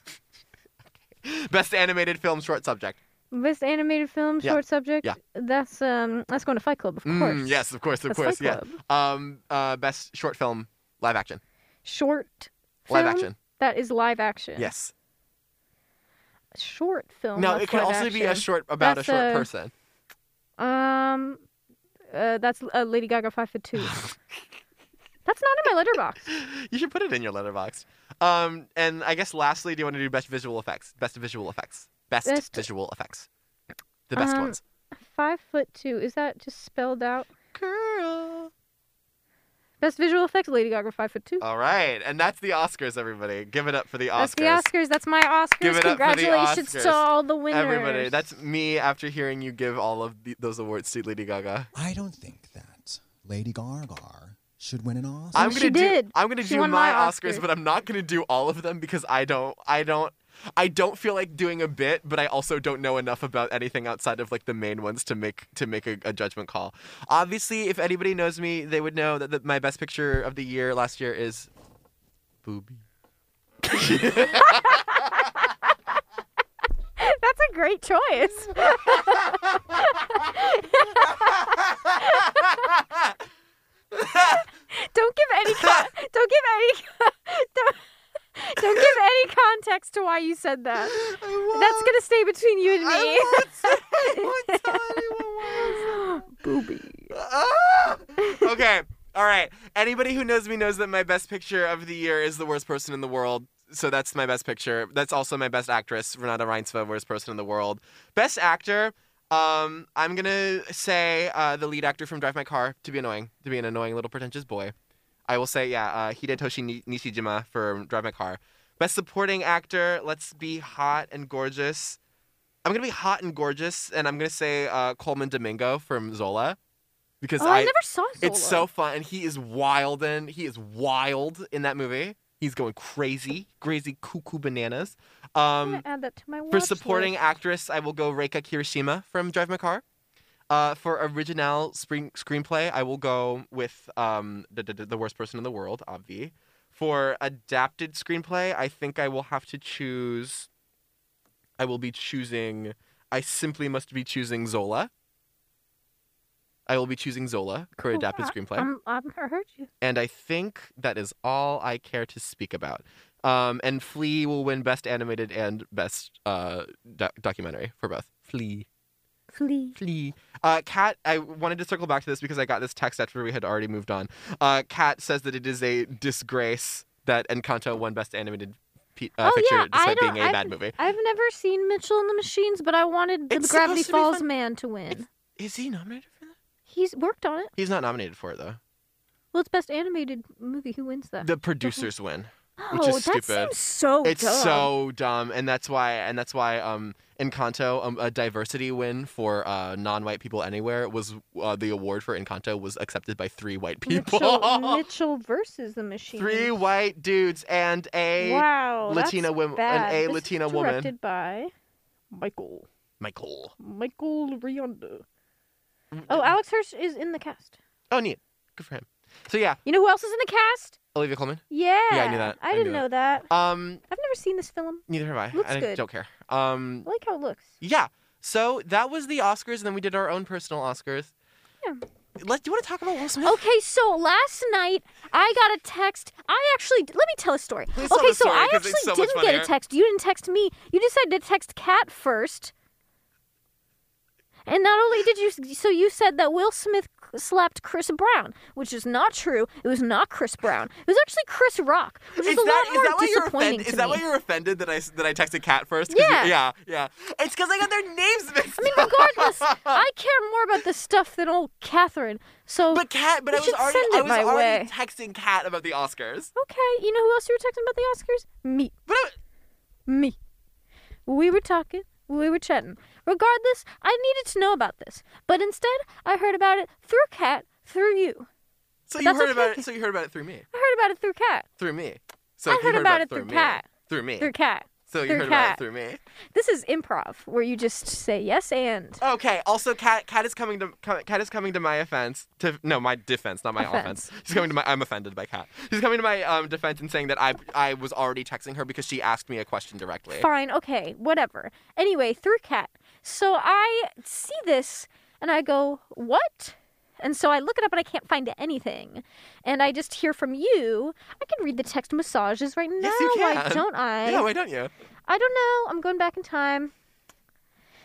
Best animated film short subject.
Best animated film,
Yeah.
short subject.
Yeah.
That's um, that's going to Fight Club, of
Mm,
course.
yes. Of course. Of
That's
course.
Fight
Yeah. Um. Uh. Best short film live action.
Short.
Live
film?
action.
That is live action.
Yes.
Short film.
No,
Oh, that's
it can
live
also be a
action.
short about
That's
a short
a-
person.
Um, uh, that's uh, Lady Gaga five for two. that's not in my letterbox.
You should put it in your letterbox. Um. And I guess lastly, do you want to do best visual effects? Best visual effects. Best,
Best-
visual effects. The best
Um,
ones.
Five foot two. Is that just spelled out?
Girl.
Best visual effects, Lady Gaga five foot two.
All right, and that's the Oscars, everybody. Give it up for the Uh, Oscars.
That's the Oscars. That's my Oscars.
Give it up for the
Congratulations
Oscars.
to all the winners.
Everybody, that's me after hearing you give all of the, those awards to Lady Gaga.
I don't think that Lady Gaga should win an Oscar.
I'm
Oh, she
gonna do.
did.
I'm gonna
She
do
won
my
my
Oscars,
Oscar.
but I'm not gonna do all of them because I don't. I don't. I don't feel like doing a bit, but I also don't know enough about anything outside of like the main ones to make to make a, a judgment call. Obviously, if anybody knows me, they would know that the, my best picture of the year last year is Booby.
That's a great choice. don't give any con- don't give any don't, don't give any context to why you said that. That's gonna stay between you and me. Booby.
Ah! okay. All right. Anybody who knows me knows that my best picture of the year is the worst person in the world. So that's my best picture. That's also my best actress, Renata Reinsva, worst person in the world. Best actor. Um, I'm gonna say uh, the lead actor from Drive My Car to be annoying, to be an annoying little pretentious boy. I will say, yeah, uh, Hidetoshi Ni- Nishijima for Drive My Car. Best supporting actor. Let's be hot and gorgeous. I'm gonna be hot and gorgeous, and I'm gonna say uh, Coleman Domingo from Zola, because
Oh, I, never saw Zola.
it's so fun, and he is wild, and he is wild in that movie. He's going crazy, crazy cuckoo bananas.
I'm
Um,
gonna add that to my watch
for supporting
list.
actress, I will go Reika Kirishima from Drive My Car. Uh, for original spring- screenplay, I will go with um, the, the, the worst person in the world, obvi. For adapted screenplay, I think I will have to choose. I will be choosing. I simply must be choosing Zola. I will be choosing Zola for adapted screenplay
Oh, I'm, I'm I heard you.
and I think that is all I care to speak about. Um, and Flea will win Best Animated and Best uh, doc- Documentary for both. Flea.
Flea.
Flea. Uh, Kat, I wanted to circle back to this because I got this text after we had already moved on. Uh, Kat says that it is a disgrace that Encanto won Best Animated pe- uh,
oh
Picture
yeah, I
despite
don't.
being a
I've,
bad movie.
I've never seen Mitchell and the Machines, but I wanted the
It's
Gravity
supposed to be
Falls
fun.
Man to win.
Is he nominated for that?
He's worked on it.
He's not nominated for it, though.
Well, it's best animated movie. Who wins that?
The producers win.
oh,
which is
that
stupid.
seems so
it's
dumb.
so dumb and that's why and that's why um encanto um, a diversity win for uh, non-white people anywhere was uh, the award for encanto was accepted by three white people
Mitchell, Mitchell versus the Machines.
three white dudes and a
wow,
Latina
that's
wom- an
bad.
A
This is
Latina woman.
directed by Michael
michael
Michael Rionda.
Mm,
Oh, Alex Hirsch is in the cast.
oh neat good for him so yeah
You know who else is in the cast?
olivia coleman
Yeah,
I knew that. I knew
didn't know that.
um
I've never seen this film.
neither have i
Looks
i
good.
don't care um
I like how it looks.
yeah so that was the oscars and then we did our own personal oscars
Yeah.
Let, do you want to talk about Will Smith?
Okay, so last night I got a text. I actually let me tell a story.
Please tell
okay,
the
so
story,
I
'cause
actually
it's so much
didn't get
funnier.
a text. You didn't text me. You decided to text Kat first. And not only did you, so you said that Will Smith slapped Chris Brown, which is not true. It was not Chris Brown. It was actually Chris Rock, which
Is
is, a
that,
lot
is
more
that why you're
disappointing
offended?
to
Is that
me.
why you're offended that I s- that I texted Kat first? 'Cause you-
Yeah.
yeah, yeah. It's because I got their names mixed.
I mean, regardless, I care more about this stuff than old Catherine. So,
but Kat, but
you
I was
should
already
send
I
it
was
my
already
way.
texting Kat about the Oscars.
okay, you know who else you were texting about the Oscars? Me.
But I-
me. We were talking, we were chatting. Regardless, I needed to know about this, but instead, I heard about it through Kat, through you.
so you
that's
heard about
okay.
it. So you heard about it through me.
I heard about it through Kat,
Through me. So
I
if you
heard about it
through
through
me.
Kat.
Through me.
through Kat.
so you
through
heard about
Kat.
it through me.
This is improv, where you just say yes and.
Okay. Also, Kat, Kat is coming to Kat is coming to my offense. To no, my defense, not my offense.
Offense.
She's coming to my. I'm offended by Kat. She's coming to my um, defense and saying that I I was already texting her because she asked me a question directly.
Fine, okay, whatever. Anyway, through Kat. So I see this and I go, what? And so I look it up and I can't find anything. And I just hear from you. I can read the text massages right now.
Yes, you can.
Why don't I?
Yeah. Why don't you?
I don't know. I'm going back in time.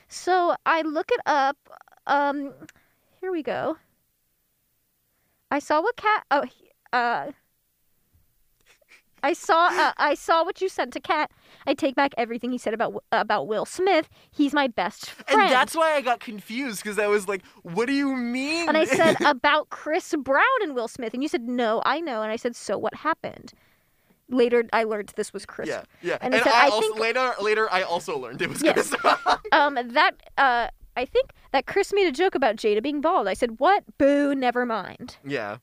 So I look it up. Um, here we go. I saw what cat. Oh, he- uh. I saw uh, I saw what you sent to Kat. I take back everything he said about Wi- about Will Smith. He's my best friend.
And that's why I got confused because I was like, "What do you mean?"
And I said about Chris Brown and Will Smith, and you said no, I know. And I said, so what happened? Later, I learned this was Chris.
"Yeah, yeah."
And, I said, I,
also
think
later, later, I also learned it was
Yes.
Chris.
um that uh I think that Chris made a joke about Jada being bald. I said, "What? Boo! Never mind."
yeah,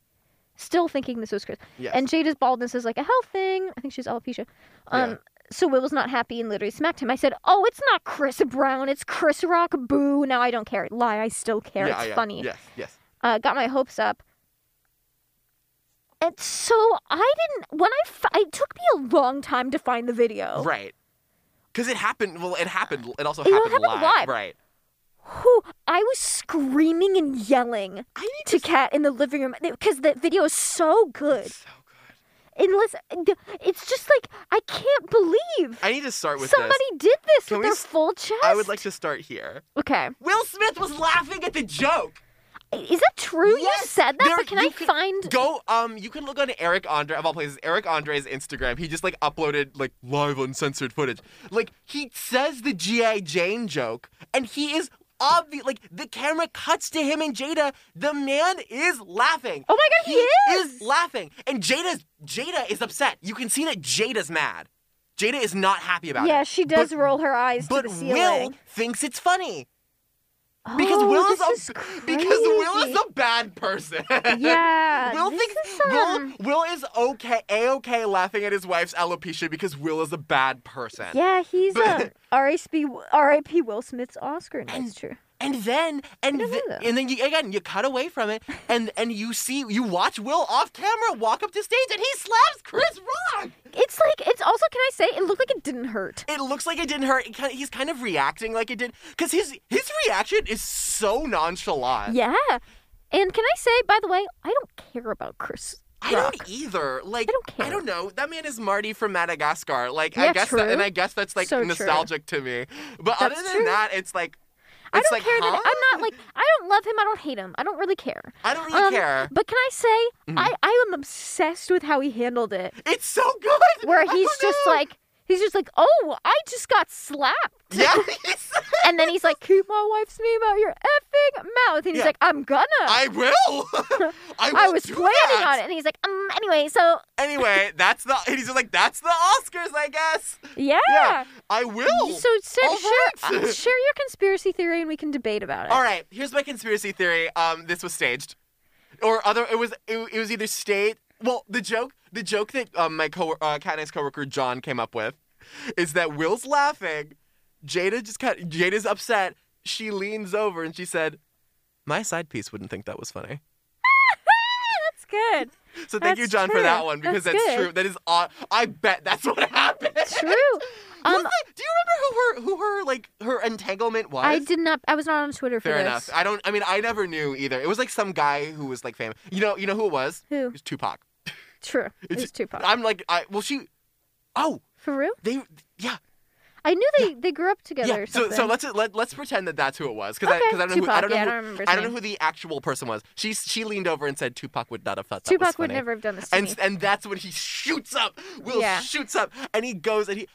Still thinking this was Chris.
Yes.
And Jada's baldness is like a health thing. I think she's alopecia. Um,
Yeah.
So Will was not happy and literally smacked him. I said, "Oh, it's not Chris Brown. It's Chris Rock. Boo! Now I don't care. Lie. I still care.
yeah,
it's
yeah,
funny.
Yes, yes.
Uh, got my hopes up." And so I didn't. When I, f- it took me a long time to find the video.
Right. Because it happened. Well, it happened. It also
Oh. It all
happened,
happened live.
Right.
Whew, I was screaming and yelling to Kat in the living room because the video is so good.
So Oh, good.
And listen, it's just like I can't believe
I need to start with
somebody
this.
did this
Can
with
we
their
s-
full chest.
I would like to start here.
Okay,
Will Smith was laughing at the joke.
is that true? You
Yes,
said that,
there-
but can
you
I find?
Go. Um, you can look on Eric Andre of all places. Eric Andre's Instagram. He just like uploaded like live uncensored footage. Like he says the GI Jane joke, and he is obvious. Like the camera cuts to him and Jada. The man is laughing.
Oh my God, he
is. laughing, and Jada's Jada is upset. You can see that Jada's mad. Jada is not happy about
yeah,
it.
she does
But-
roll her eyes
But
to the
Will
ceiling.
thinks it's funny because
oh,
Will is,
this
a
is
because Will is
crazy.
a bad person.
yeah.
Will
this
thinks
is, um,
Will, Will is okay, a okay, laughing at his wife's alopecia because Will is a bad person.
Yeah, he's
But-
a R.I.P. Will Smith's Oscar. That's true.
and then and
don't
th-
know that.
and then you, again you cut away from it, and and you see you watch Will off camera walk up to stage, and he slaps Chris Rock.
It's like it's also can I say it looked like it didn't hurt.
It looks like it didn't hurt. It kind he's kind of reacting like it did, because his his reaction is so nonchalant.
Yeah. And can I say by the way, I don't care about Chris
I
Rock.
don't e- either. Like I
don't care.
know. That man is Marty from Madagascar. Like I
Yeah,
guess that,
true.
and I guess that's like
So true.
nostalgic to me. But other
That's
than
true.
that, it's like
I
it's
don't
like
care
huh?
that I'm not like I don't love him. I don't hate him. I don't really care.
I don't really
Um,
care. Mm-hmm.
But can I say I I am obsessed with how he handled it,
It's so good. I
where
don't
he's just
know.
like he's just like oh I just got slapped,
Yeah. he's-
and then he's like keep my wife's name out your effing mouth, and he's
Yeah.
like I'm gonna.
I will. I, will
I was
do
planning
that.
on it, and he's like, um. Anyway, so
Anyway, that's the. And he's just like, that's the Oscars, I guess.
yeah.
Yeah, I will.
So say,
Oh, All
share
right.
uh, share your conspiracy theory, and we can debate about it.
All right, here's my conspiracy theory. Um, this was staged, or other. It was it, it was either staged. Well, the joke the joke that um, my co uh, Cat and I's coworker John came up with is that Will's laughing, Jada just cut. Jada's upset. She leans over and she said, "My side piece wouldn't think that was funny."
That's good.
So thank
That's
you, John, for
true.
that one because
That's
that's,
good.
true. That is odd. I bet that's what happened.
True.
Was
Um,
it- do you remember who her who her like her entanglement was?
I did not. I was not on Twitter for
Fair
this.
enough. I don't. I mean, I never knew either. It was like some guy who was like famous. You know. You know who it was?
Who?
It was Tupac.
True. It
It's-
was Tupac.
I'm like, I well, she. Oh,
For real?
they. Yeah.
I knew they, they grew up together
yeah.
or
So
something.
so let's let let's pretend that that's who it was because
Okay,
I because I don't know who I
Tupac,
don't know
yeah, I
who,
don't remember his
I don't know
name.
who the actual person was. She she leaned over and said Tupac would not have thought that was
Tupac would
funny."
never have done this to
and
me.
and that's when he shoots up. Will
Yeah.
shoots up, and he goes and he.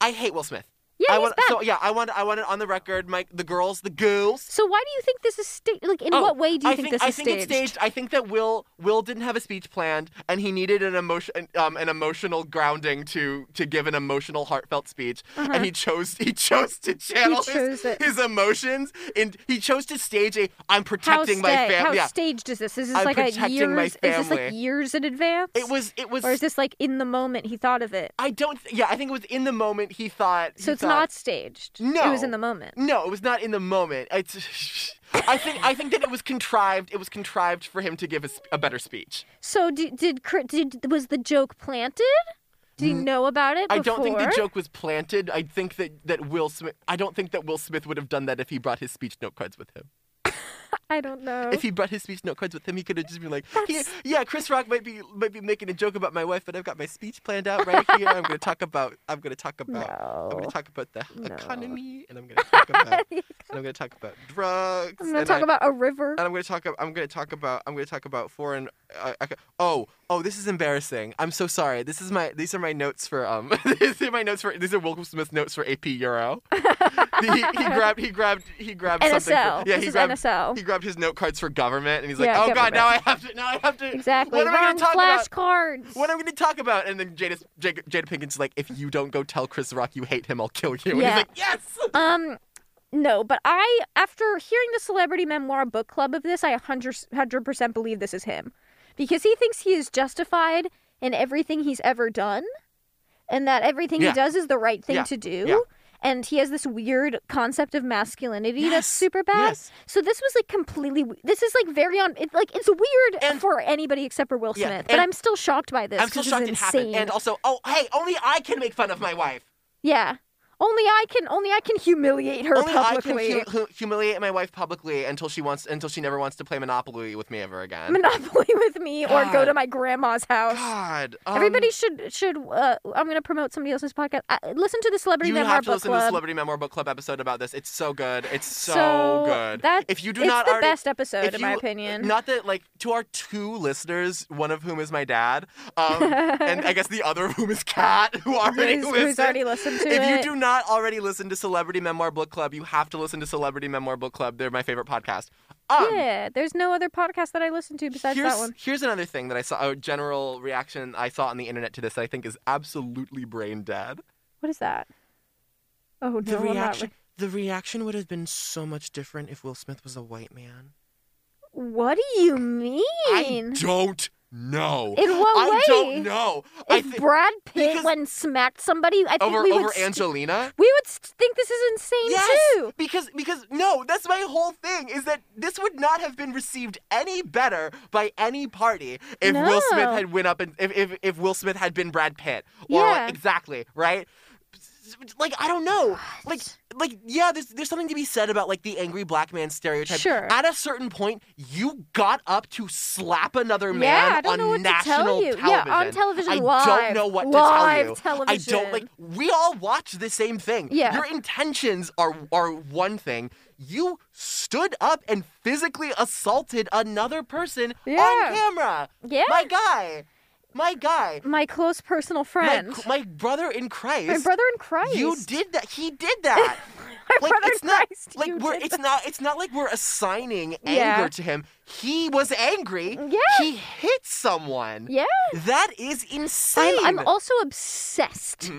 I hate Will Smith.
Yeah,
I
he's
want,
bad.
So yeah, I want I want it on the record. Mike, the girls, the girls.
So why do you think this is staged? Like, in
Oh,
what way do you
I
think,
think,
this
I
is
think
staged?
it's staged. I think that Will Will didn't have a speech planned, and he needed an emotion um, an emotional grounding to to give an emotional, heartfelt speech, and he chose he chose to channel
Uh-huh. chose
his,
it.
his emotions, and he chose to stage a I'm protecting
how,
my
sta- how
family. Yeah.
staged is this? Is this
I'm
like a years?
protecting my
Is this like
family.
years in advance?
It was it was.
Or is this like in the moment he thought of it?
I don't. Th- yeah, I think it was in the moment he thought.
So
he
it's
thought-
not staged. It was in
No.
the moment.
No, it was not in the moment. It's. I think I think that it was contrived. It was contrived for him to give a, sp- a better speech.
So did, did Cri- did was the joke planted? Did he know about it?
Mm, I don't think the
before?
joke was planted. I think that, that Will Smith. I don't think that Will Smith would have done that if he brought his speech note cards with him.
I don't know.
If he brought his speech note cards with him, he could have just been like, "Here- "Yeah, Chris Rock might be might be making a joke about my wife, but I've got my speech planned out right here. I'm going to talk about I'm going to talk about I'm going
No.
to talk about the economy, and I'm going to talk about and I'm going to talk about drugs.
I'm gonna
and
talk
I-
about a river.
and I'm going to talk. ab- I'm going to talk about. I'm going to talk about foreign. Uh, okay. Oh, oh, this is embarrassing. I'm so sorry. This is my. These are my notes for. Um, these are my notes for. These are Will Smith's notes for AP Euro. he, he grabbed. He grabbed. He grabbed something.
NSL.
For, yeah,
This
he
is
grabbed.
NSL.
He grabbed his note cards for government, and he's like,
Yeah,
"Oh God,
government.
now I have to. Now I have to.
exactly.
What am I
Wrong
going to talk about?
flashcards.
What am I going to talk about? And then Jada, Jada, Jada Pinkett's like, "If you don't go tell Chris Rock you hate him, I'll kill you." And
Yeah.
he's like, "Yes."
Um, no, but I, after hearing the celebrity memoir book club of this, I 100 percent believe this is him, because he thinks he is justified in everything he's ever done, and that everything
Yeah.
he does is the right thing
Yeah.
to do.
Yeah.
And he has this weird concept of masculinity that's
Yes.
super bad.
Yes.
So this was like completely. This is like very on. It, like it's weird
And-
for anybody except for Will
Yeah,
Smith. But
and-
I'm still shocked by this.
I'm still
'cause
shocked it
it's
happened.
insane.
And also, oh, hey, only I can make fun of my wife.
yeah. Only I can. Only I can humiliate her
Only
publicly.
I can hu- hu- humiliate my wife publicly until she wants until she never wants to play Monopoly with me ever again.
Monopoly with me or go
God.
to my grandma's house.
God, um,
Everybody should should. Uh, I'm going to promote somebody else's podcast. Uh, listen to the Celebrity
You
Memoir
have to
Book
listen to the
Club.
Celebrity Memoir Book Club episode about this. It's so good. It's so,
So,
good.
that-
if you do
it's
not
the
already,
best episode,
if
in my
you- uh,
opinion.
Not that like to our two listeners, one of whom is my dad, um, and I guess the other of whom is Kat, who already
Who's- who's
listened.
already listened to
if
it.
you do not already listen to Celebrity Memoir Book Club, you have to listen to Celebrity Memoir Book Club. They're my favorite podcast. Um,
yeah, there's no other podcast that I listen to besides
here's,
that one.
Here's another thing that I saw a general reaction I saw on the internet to this that I think is absolutely brain dead.
What is that? Oh no,
The
I'm not
reaction the reaction would have been so much different if Will Smith was a white man.
re- What do you
I
mean?
don't No.
In what
I
way?
don't know. I
If
thi-
Brad Pitt
because-
went and smacked somebody, I think
over
we would
over
st-
Angelina.
we would st- think this is insane too.
because because no, that's my whole thing is that this would not have been received any better by any party if Will Smith
No.
had went up and if, if if Will Smith had been Brad Pitt or like-
Yeah.
exactly right. Like I don't know, like like yeah, there's there's something to be said about like the angry black man stereotype.
Sure.
At a certain point, you got up to slap another man
Yeah, I don't
on
know what to tell
national
you.
television.
Yeah, on television
I
live.
don't know what
Live
to tell you. I don't
television.
like we all watch the same thing.
Yeah.
Your intentions are are one thing. You stood up and physically assaulted another person
Yeah.
on camera.
Yeah.
My guy. My guy.
My close personal
My,
friend,
my brother in Christ.
my brother in Christ.
You did that. He did that. like
brother
it's
in
not
Christ,
like
you
we're
did
it's not it's not like we're assigning
Yeah.
anger to him. He was angry.
Yeah.
He hit someone.
Yeah.
That is insane.
I'm, I'm also obsessed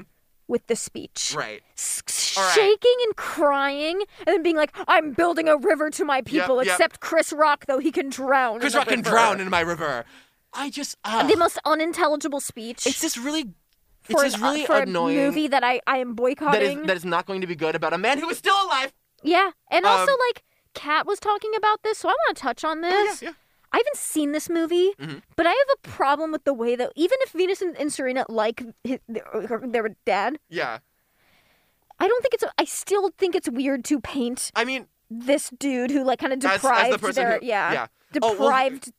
with the speech.
Mm-hmm. right.
S-
All right.
Shaking and crying, and then being like, "I'm building a river to my people."
yep.
Except Chris Rock, though he can drown. in
Chris
the
Rock can
river.
drown in my river. I just uh,
the most unintelligible speech.
it's just really it's
for
just
an-
really
for
annoying
a movie that I, I am
that
boycotting.
is that is not going to be good about a man who is still alive.
yeah, and
um,
also
Oh,
like Kat was talking about this, so I want to touch on this.
yeah. Mm-hmm.
I haven't seen this movie, but I have a problem with the way that even if Venus and, and Serena like his, their, their dad,
Yeah.
I don't think it's. I still think it's weird to paint
I mean,
this dude who like kind of
As- as the
deprived
person
their
who-
yeah,
yeah. Oh, well,
deprived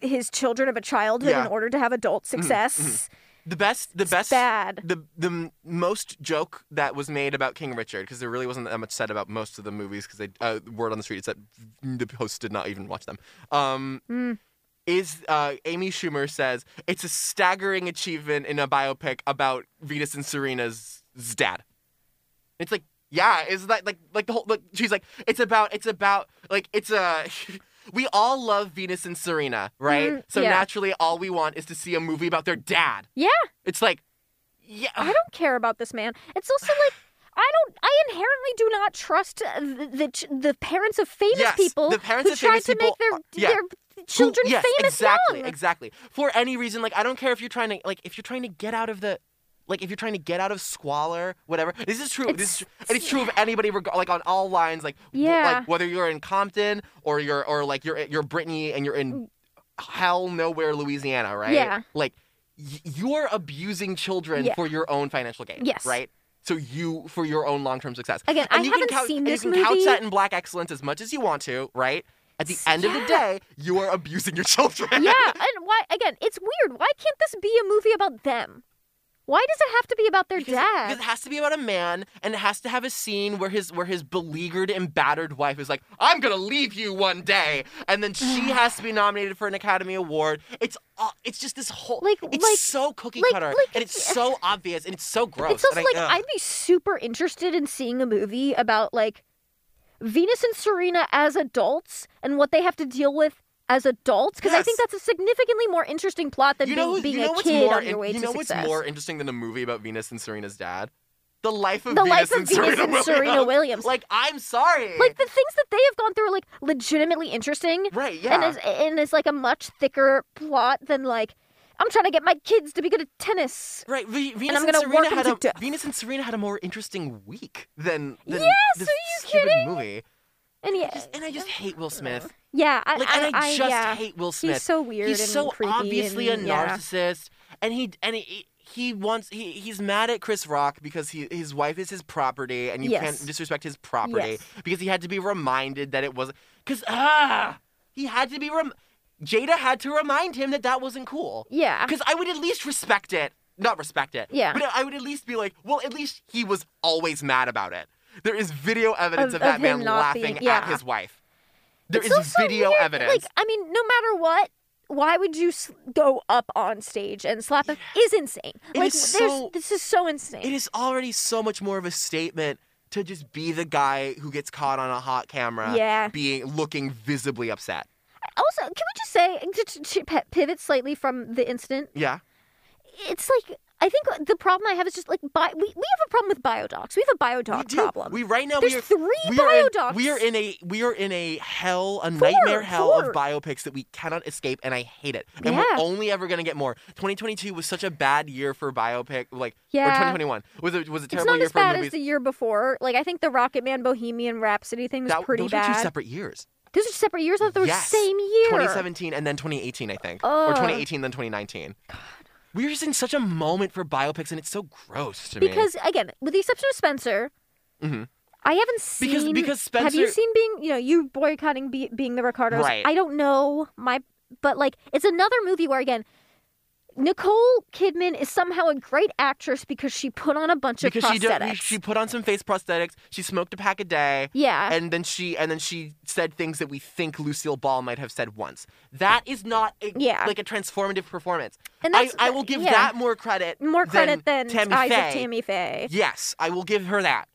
his children of a childhood
Yeah. Mm-hmm,
in order to have adult success.
the best the best
bad.
the the m- most joke that was made about King Richard because there really wasn't that much said about most of the movies because they uh, word on the street is that the host did not even watch them. Um,
Hmm.
Is uh, Amy Schumer says it's a staggering achievement in a biopic about Venus and Serena's s- dad. It's like, yeah, is that like like the whole like she's like, it's about it's about like it's a we all love Venus and Serena, right?
Mm,
so
yeah.
naturally all we want is to see a movie about their dad.
Yeah,
It's like yeah,
I don't care about this man. It's also like I don't. I inherently do not trust uh, the the, ch- the parents of famous
Yes,
people
the parents
who
of
tried
famous
to
people
make their
are- yeah.
their children
Who- yes,
famous
exactly,
young.
exactly. For any reason, like I don't care if you're trying to like if you're trying to get out of the like if you're trying to get out of squalor, whatever. This is true. this is
It's-
true. And it's true of anybody, reg- like on all lines, like w-
Yeah.
like whether you're in Compton or you're or like you're you're Brittany and you're in hell nowhere Louisiana, right?
Mm. Yeah.
Like y- you're abusing children
Yeah.
for your own financial gain.
Yes.
Right. So you for your own long term success.
Again,
and
I
you
haven't
can couch,
seen
and
this
you can couch
movie.
that in black excellence as much as you want to, right? At the end of the day, you are abusing your children.
yeah, and why again? It's weird. Why can't this be a movie about them? Why does it have to be about their
Because,
dad?
because it has to be about a man, and it has to have a scene where his where his beleaguered and battered wife is like, "I'm gonna leave you one day," and then she has to be nominated for an Academy Award. It's uh, it's just this whole
Like-
it's
like-
so cookie
like-
cutter,
like-
and it's so obvious, and it's so gross.
It's also
and
like
I, ugh.
I'd be super interested in seeing a movie about like Venus and Serena as adults and what they have to deal with as adults because I think
Yes.
that's a significantly more interesting plot than
you know, who-
being,
you know
being a
what's
kid
more
on your
in-
way
you
to
know what's
success.
more interesting than a movie about Venus and Serena's dad? The life of
The
Venus
life of
and
Venus
Serena
and
Williams.
Serena Williams.
Like I'm sorry.
like the things that they have gone through are like legitimately interesting,
right?
and
Yeah.
it's, and it's like a much thicker plot than like I'm trying to get my kids to be good at tennis.
Right, Ve- Venus
I'm
and
gonna work
Serena
him
had
to
a
death.
Venus and Serena had a more interesting week than, than
Yes,
this
are you
stupid
kidding?
movie.
And yeah,
Just- and I just hate Will Smith.
yeah, I,
Like,
I,
and I, just
yeah.
hate Will Smith.
He's so weird.
He's
and
so
creepy
obviously
and,
a
yeah.
narcissist, and he and he. He wants he he's mad at Chris Rock because he his wife is his property and you
Yes.
can't disrespect his property
Yes.
because he had to be reminded that it wasn't because ah he had to be rem- Jada had to remind him that that wasn't cool
Yeah.
because I would at least respect it. Not respect it.
Yeah.
But I would at least be like, well, at least he was always mad about it. There is video evidence
Of-
of,
of
that man
him not
laughing
being-
at
yeah.
his wife. There is
It's also
video
weird,
evidence.
Like, I mean, no matter what, why would you s- go up on stage and slap him? Is insane.
It
like,
is
there's,
so-
this is so insane.
it is already so much more of a statement to just be the guy who gets caught on a hot camera
Yeah.
being looking visibly upset.
Also, can we just say to, to- to pe- pivot slightly from the incident?
Yeah.
It's like I think the problem I have is just like bi- we, we have a problem with biodocs. We have a biodoc
we do.
problem.
We right now
There's
we are
three
we are in-
biodocs.
we are in a we are in a hell, a nightmare hell
four.
of biopics that we cannot escape, and I hate it. And
Yeah.
we're only ever gonna get more. 2022 was such a bad year for biopic, like
Yeah.
or 2021 was a, was a
it's
terrible
not
year
as
for
bad
movies.
as the year before. Like I think the Rocket Man Bohemian Rhapsody thing was
that,
pretty
those
bad.
were two separate years.
Those are separate years. I thought they were the
yes.
same year.
2017 and then 2018, I think, or
Ugh.
2018 then 2019. God. We're just in such a moment for biopics, and it's so gross to me. Mm-hmm.
Because again, with the exception of Spencer, I haven't
Because-
seen.
because
have you
Spencer-
seen being you know you boycotting be, being the Ricardos?
Right.
I don't know my, but like it's another movie where again. Nicole Kidman is somehow a great actress because she put on a bunch
because
of
she did,
prosthetics.
she put on some face prosthetics. She smoked a pack a day.
Yeah.
and then she and then she said things that we think Lucille Ball might have said once. That is not a,
Yeah.
like a transformative performance.
And
I,
that's-
I will give
yeah.
that more credit.
More credit than,
Tammy
Eyes
Faye.
of Tammy Faye.
Yes, I will give her that.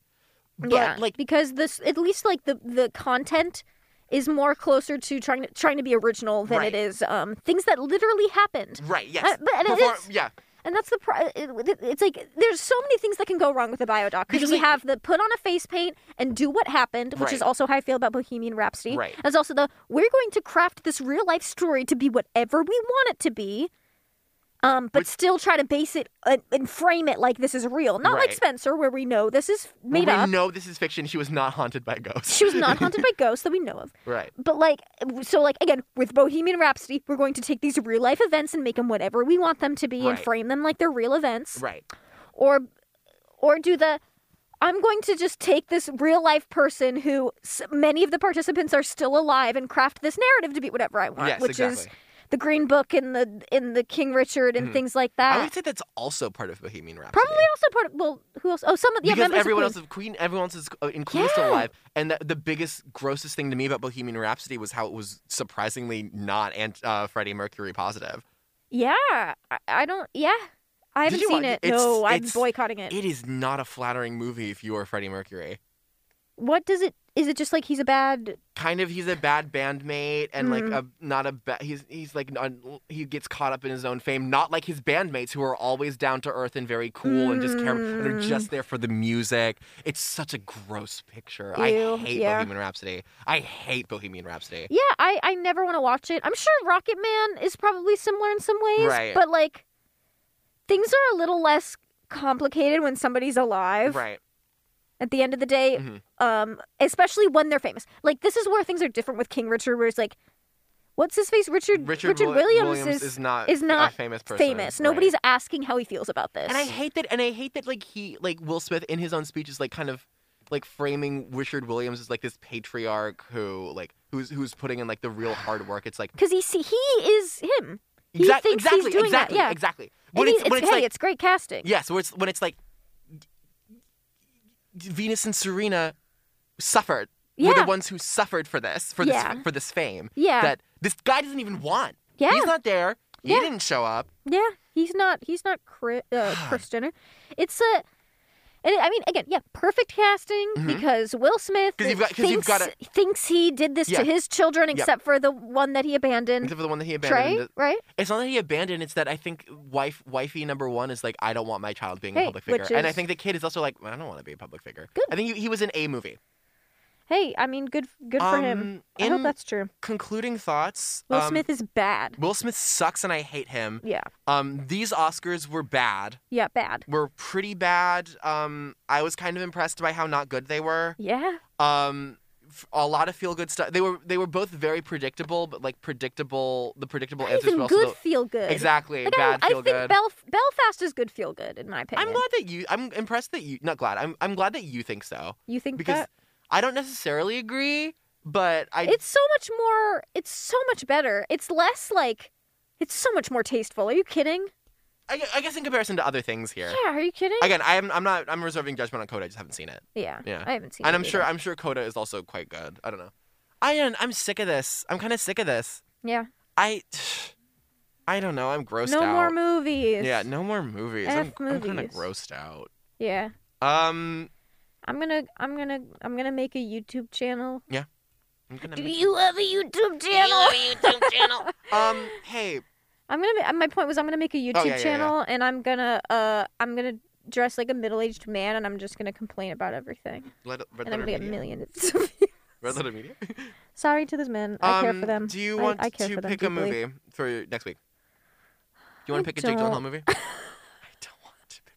But
yeah,
like
because this at least like the the content is more closer to trying to trying to be original than
Right.
it is um things that literally happened.
right, yes.
Uh, but- and it
Perform-
is-
yeah.
And that's the pro- uh, it, it- it's like there's so many things that can go wrong with a biodoc because
Because,
we
like-
have the put on a face paint and do what happened, which is
Right.
also how I feel about Bohemian Rhapsody.
Right.
As also the we're going to craft this real life story to be whatever we want it to be, um, but still try to base it and, and frame it like this is real, not like
Right.
Spencer where we know this is made
we
up.
know this is fiction. She was not haunted by ghosts.
She was not haunted by ghosts that we know of.
Right.
But like, so like again with Bohemian Rhapsody, we're going to take these real life events and make them whatever we want them to be, and
Right.
frame them like they're real events
Right.
or or do the I'm going to just take this real life person who s- many of the participants are still alive and craft this narrative to be whatever I want,
Yes,
which is
exactly. Hmm.
the Green Book and the in the King Richard and things like that.
I would say that's also part of Bohemian Rhapsody.
Probably also part of well, who else? Oh, some of yeah,
because
members
everyone
of
else
Queen.
is Queen, everyone else is, uh, including still
Yeah.
alive. And the, the biggest, grossest thing to me about Bohemian Rhapsody was how it was surprisingly not ant, uh, Freddie Mercury positive.
yeah, I, I don't. Yeah, I haven't
you
seen
watch-
it.
it's-
no, I'm
it's-
boycotting it.
It is not a flattering movie if you are Freddie Mercury.
What does it? Is it just like he's a bad?
Kind of, he's a bad bandmate, and like
Mm-hmm.
a not a ba- he's he's like non, he gets caught up in his own fame, not like his bandmates who are always down to earth and very cool and just care and are
Mm.
just there for the music. It's such a gross picture.
Ew,
I hate
yeah.
Bohemian Rhapsody. I hate Bohemian Rhapsody.
Yeah, I I never want to watch it. I'm sure Rocket Man is probably similar in some ways,
Right.
but like things are a little less complicated when somebody's alive.
Right. Mm-hmm.
At the end of the day, um, especially when they're famous. Like this is where things are different with King Richard, where it's like, what's his face? Richard
Richard Willi-
Williams,
Williams
is
is not
is
a
not
famous person,
famous.
right.
Nobody's asking how he feels about this.
And I hate that. And I hate that. Like he, like Will Smith, in his own speech, is like kind of like framing Richard Williams as like this patriarch who, like, who's who's putting in like the real hard work. It's like
because he see he is him. He
exact-
thinks
exactly,
he's doing
exactly,
that. Yeah,
exactly.
And
When
he-
it's, when it's
hey,
like
it's great casting.
yes, when it's when it's like Venus and Serena suffered. Were
Yeah.
the ones who suffered for this, for
Yeah.
this, for this fame.
Yeah.
That this guy doesn't even want.
Yeah.
He's not there. He
Yeah. Mm.
didn't show up.
Yeah, he's not. He's not Chris, uh, Chris Jenner. It's a. And it- I mean, again, yeah, perfect casting because Will Smith
Mm-hmm. 'Cause you've got- 'cause
thinks,
you've gotta-
thinks he did this
Yeah.
to his children, except for the one that he abandoned,
Except for the one that he abandoned.
Trey, right?
It's not that he abandoned. It's that I think wife, wifey number one is like, I don't want my child being
Hey,
a public figure,
which
and I
is-
think the kid is also like, I don't want to be a public figure.
Good.
I think he, he was in a movie.
Hey, I mean, good, good for him.
Um,
I hope
in-
that's true.
Concluding thoughts.
Will
um,
Smith is bad.
Will Smith sucks, and I hate him.
Yeah,
Um, these Oscars were bad.
yeah, bad.
Were pretty bad. Um, I was kind of impressed by how not good they were.
Yeah,
Um, f- a lot of feel good stuff. They were they were both very predictable, but like predictable. The predictable
Not
answers were
even
also
good
the-
feel good.
exactly
Like,
bad
I,
feel
I
good.
think Belf- Belfast is good feel good in my opinion.
I'm glad that you. I'm impressed that you. Not glad. I'm. I'm glad that you think so.
you think
Because
that
I don't necessarily agree, but I.
it's so much more. It's so much better. It's less like. It's so much more tasteful. Are you kidding?
I, I guess in comparison to other things here.
Yeah, are you kidding?
Again, I'm. I'm not. I'm reserving judgment on Coda. I just haven't seen it.
yeah,
Yeah.
I haven't seen.
and
it
I'm sure.
either.
I'm sure Coda is also quite good. I don't know. I. don't- I'm sick of this. I'm kind of sick of this.
yeah,
I. I don't know. I'm grossed
no
out.
more movies.
Yeah. No more movies. I'm,
F
I'm kind of
movies.
grossed out.
yeah.
Um.
I'm gonna, I'm gonna, I'm gonna make a YouTube channel.
I'm gonna
Do
make-
you have a YouTube channel?
um. Hey.
I'm gonna. ma- My point was, I'm gonna make a YouTube
Oh, yeah, yeah, yeah.
channel, and I'm gonna, uh, I'm gonna dress like a middle-aged man, and I'm just gonna complain about everything,
Red, red,
and
letter
I'm gonna get
media.
millions. of views.
red letter media.
Sorry to those men. I care for
Um,
them.
Do you
I-
want
I, care
to
for them
pick a
deeply.
movie for your- next week? Do you want
I
to pick a Jake
don't.
Gyllenhaal movie? I don't want to pick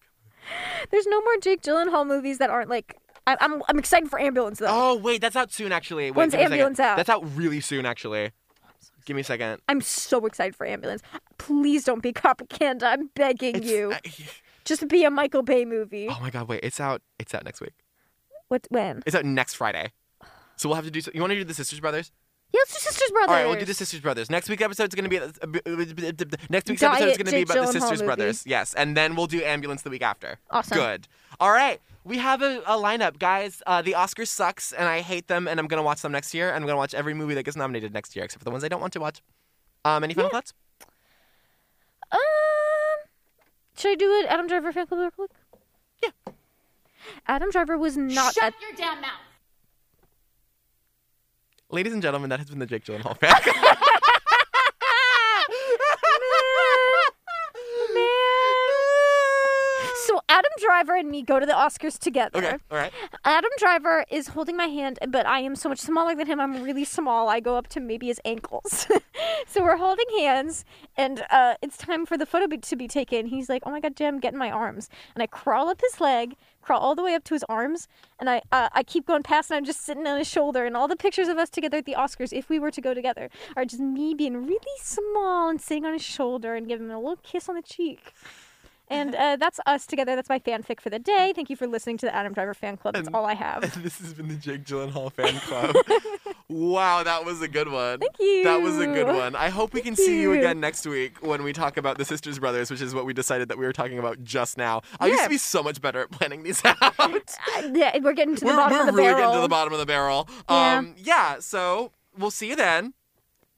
a
There's no more Jake Gyllenhaal movies that aren't like. I, I'm, I'm excited for Ambulance though.
Oh wait, that's out soon actually. Wait,
When's
give me a second.
Ambulance out?
That's out really soon actually. Give me a second.
I'm so excited for Ambulance. Please don't be propaganda. I'm begging
It's-
you.
I-
Just be a Michael Bay movie.
oh my god, wait, it's out. It's out next week.
What? When?
It's out next Friday. So we'll have to do. So- you want to do the Sisters Brothers?
Yeah, let's do Sisters Brothers.
All right, we'll do the Sisters Brothers. Next week's episode's gonna be uh, next week's
Diet
episode's gonna be
Jake
about the
Gyllenhaal
Sisters
movie.
Brothers. Yes, and then we'll do Ambulance the week after.
Awesome.
Good. All right, we have a, a lineup, guys. Uh, the Oscars sucks, and I hate them, and I'm gonna watch them next year. And I'm gonna watch every movie that gets nominated next year, except for the ones I don't want to watch. Um, any final thoughts?
Um, should I do it? Adam Driver fan club real quick? Yeah. Adam Driver was not at.
Ladies and gentlemen, that has been the Jake Gyllenhaal fan.
So Adam Driver and me go to the Oscars together.
okay. All right.
Adam Driver is holding my hand, but I am so much smaller than him. I'm really small. I go up to maybe his ankles. so we're holding hands, and uh, it's time for the photo be- to be taken. He's like, "Oh my god, Jim, get in my arms!" And I crawl up his leg, crawl all the way up to his arms, and I uh, I keep going past, and I'm just sitting on his shoulder. And all the pictures of us together at the Oscars, if we were to go together, are just me being really small and sitting on his shoulder and giving him a little kiss on the cheek. And uh, that's us together. That's my fanfic for the day. Thank you for listening to the Adam Driver fan club. That's all I have.
This has been the Jake Gyllenhaal fan club. wow, that was a good one. Thank
you.
That was a good one. I hope we can see you
you.
again next week when we talk about the Sisters Brothers, which is what we decided that we were talking about just now. I used
Yeah.
to be so much better at planning these out.
Yeah, we're getting to the
we're
bottom
we're
of the
really
barrel.
getting to the bottom of the barrel.
Yeah.
Um, yeah, so we'll see you then.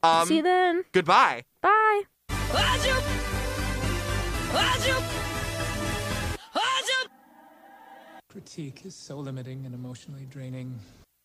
Um,
See you then.
Goodbye.
Bye.
Critique is so limiting and emotionally draining.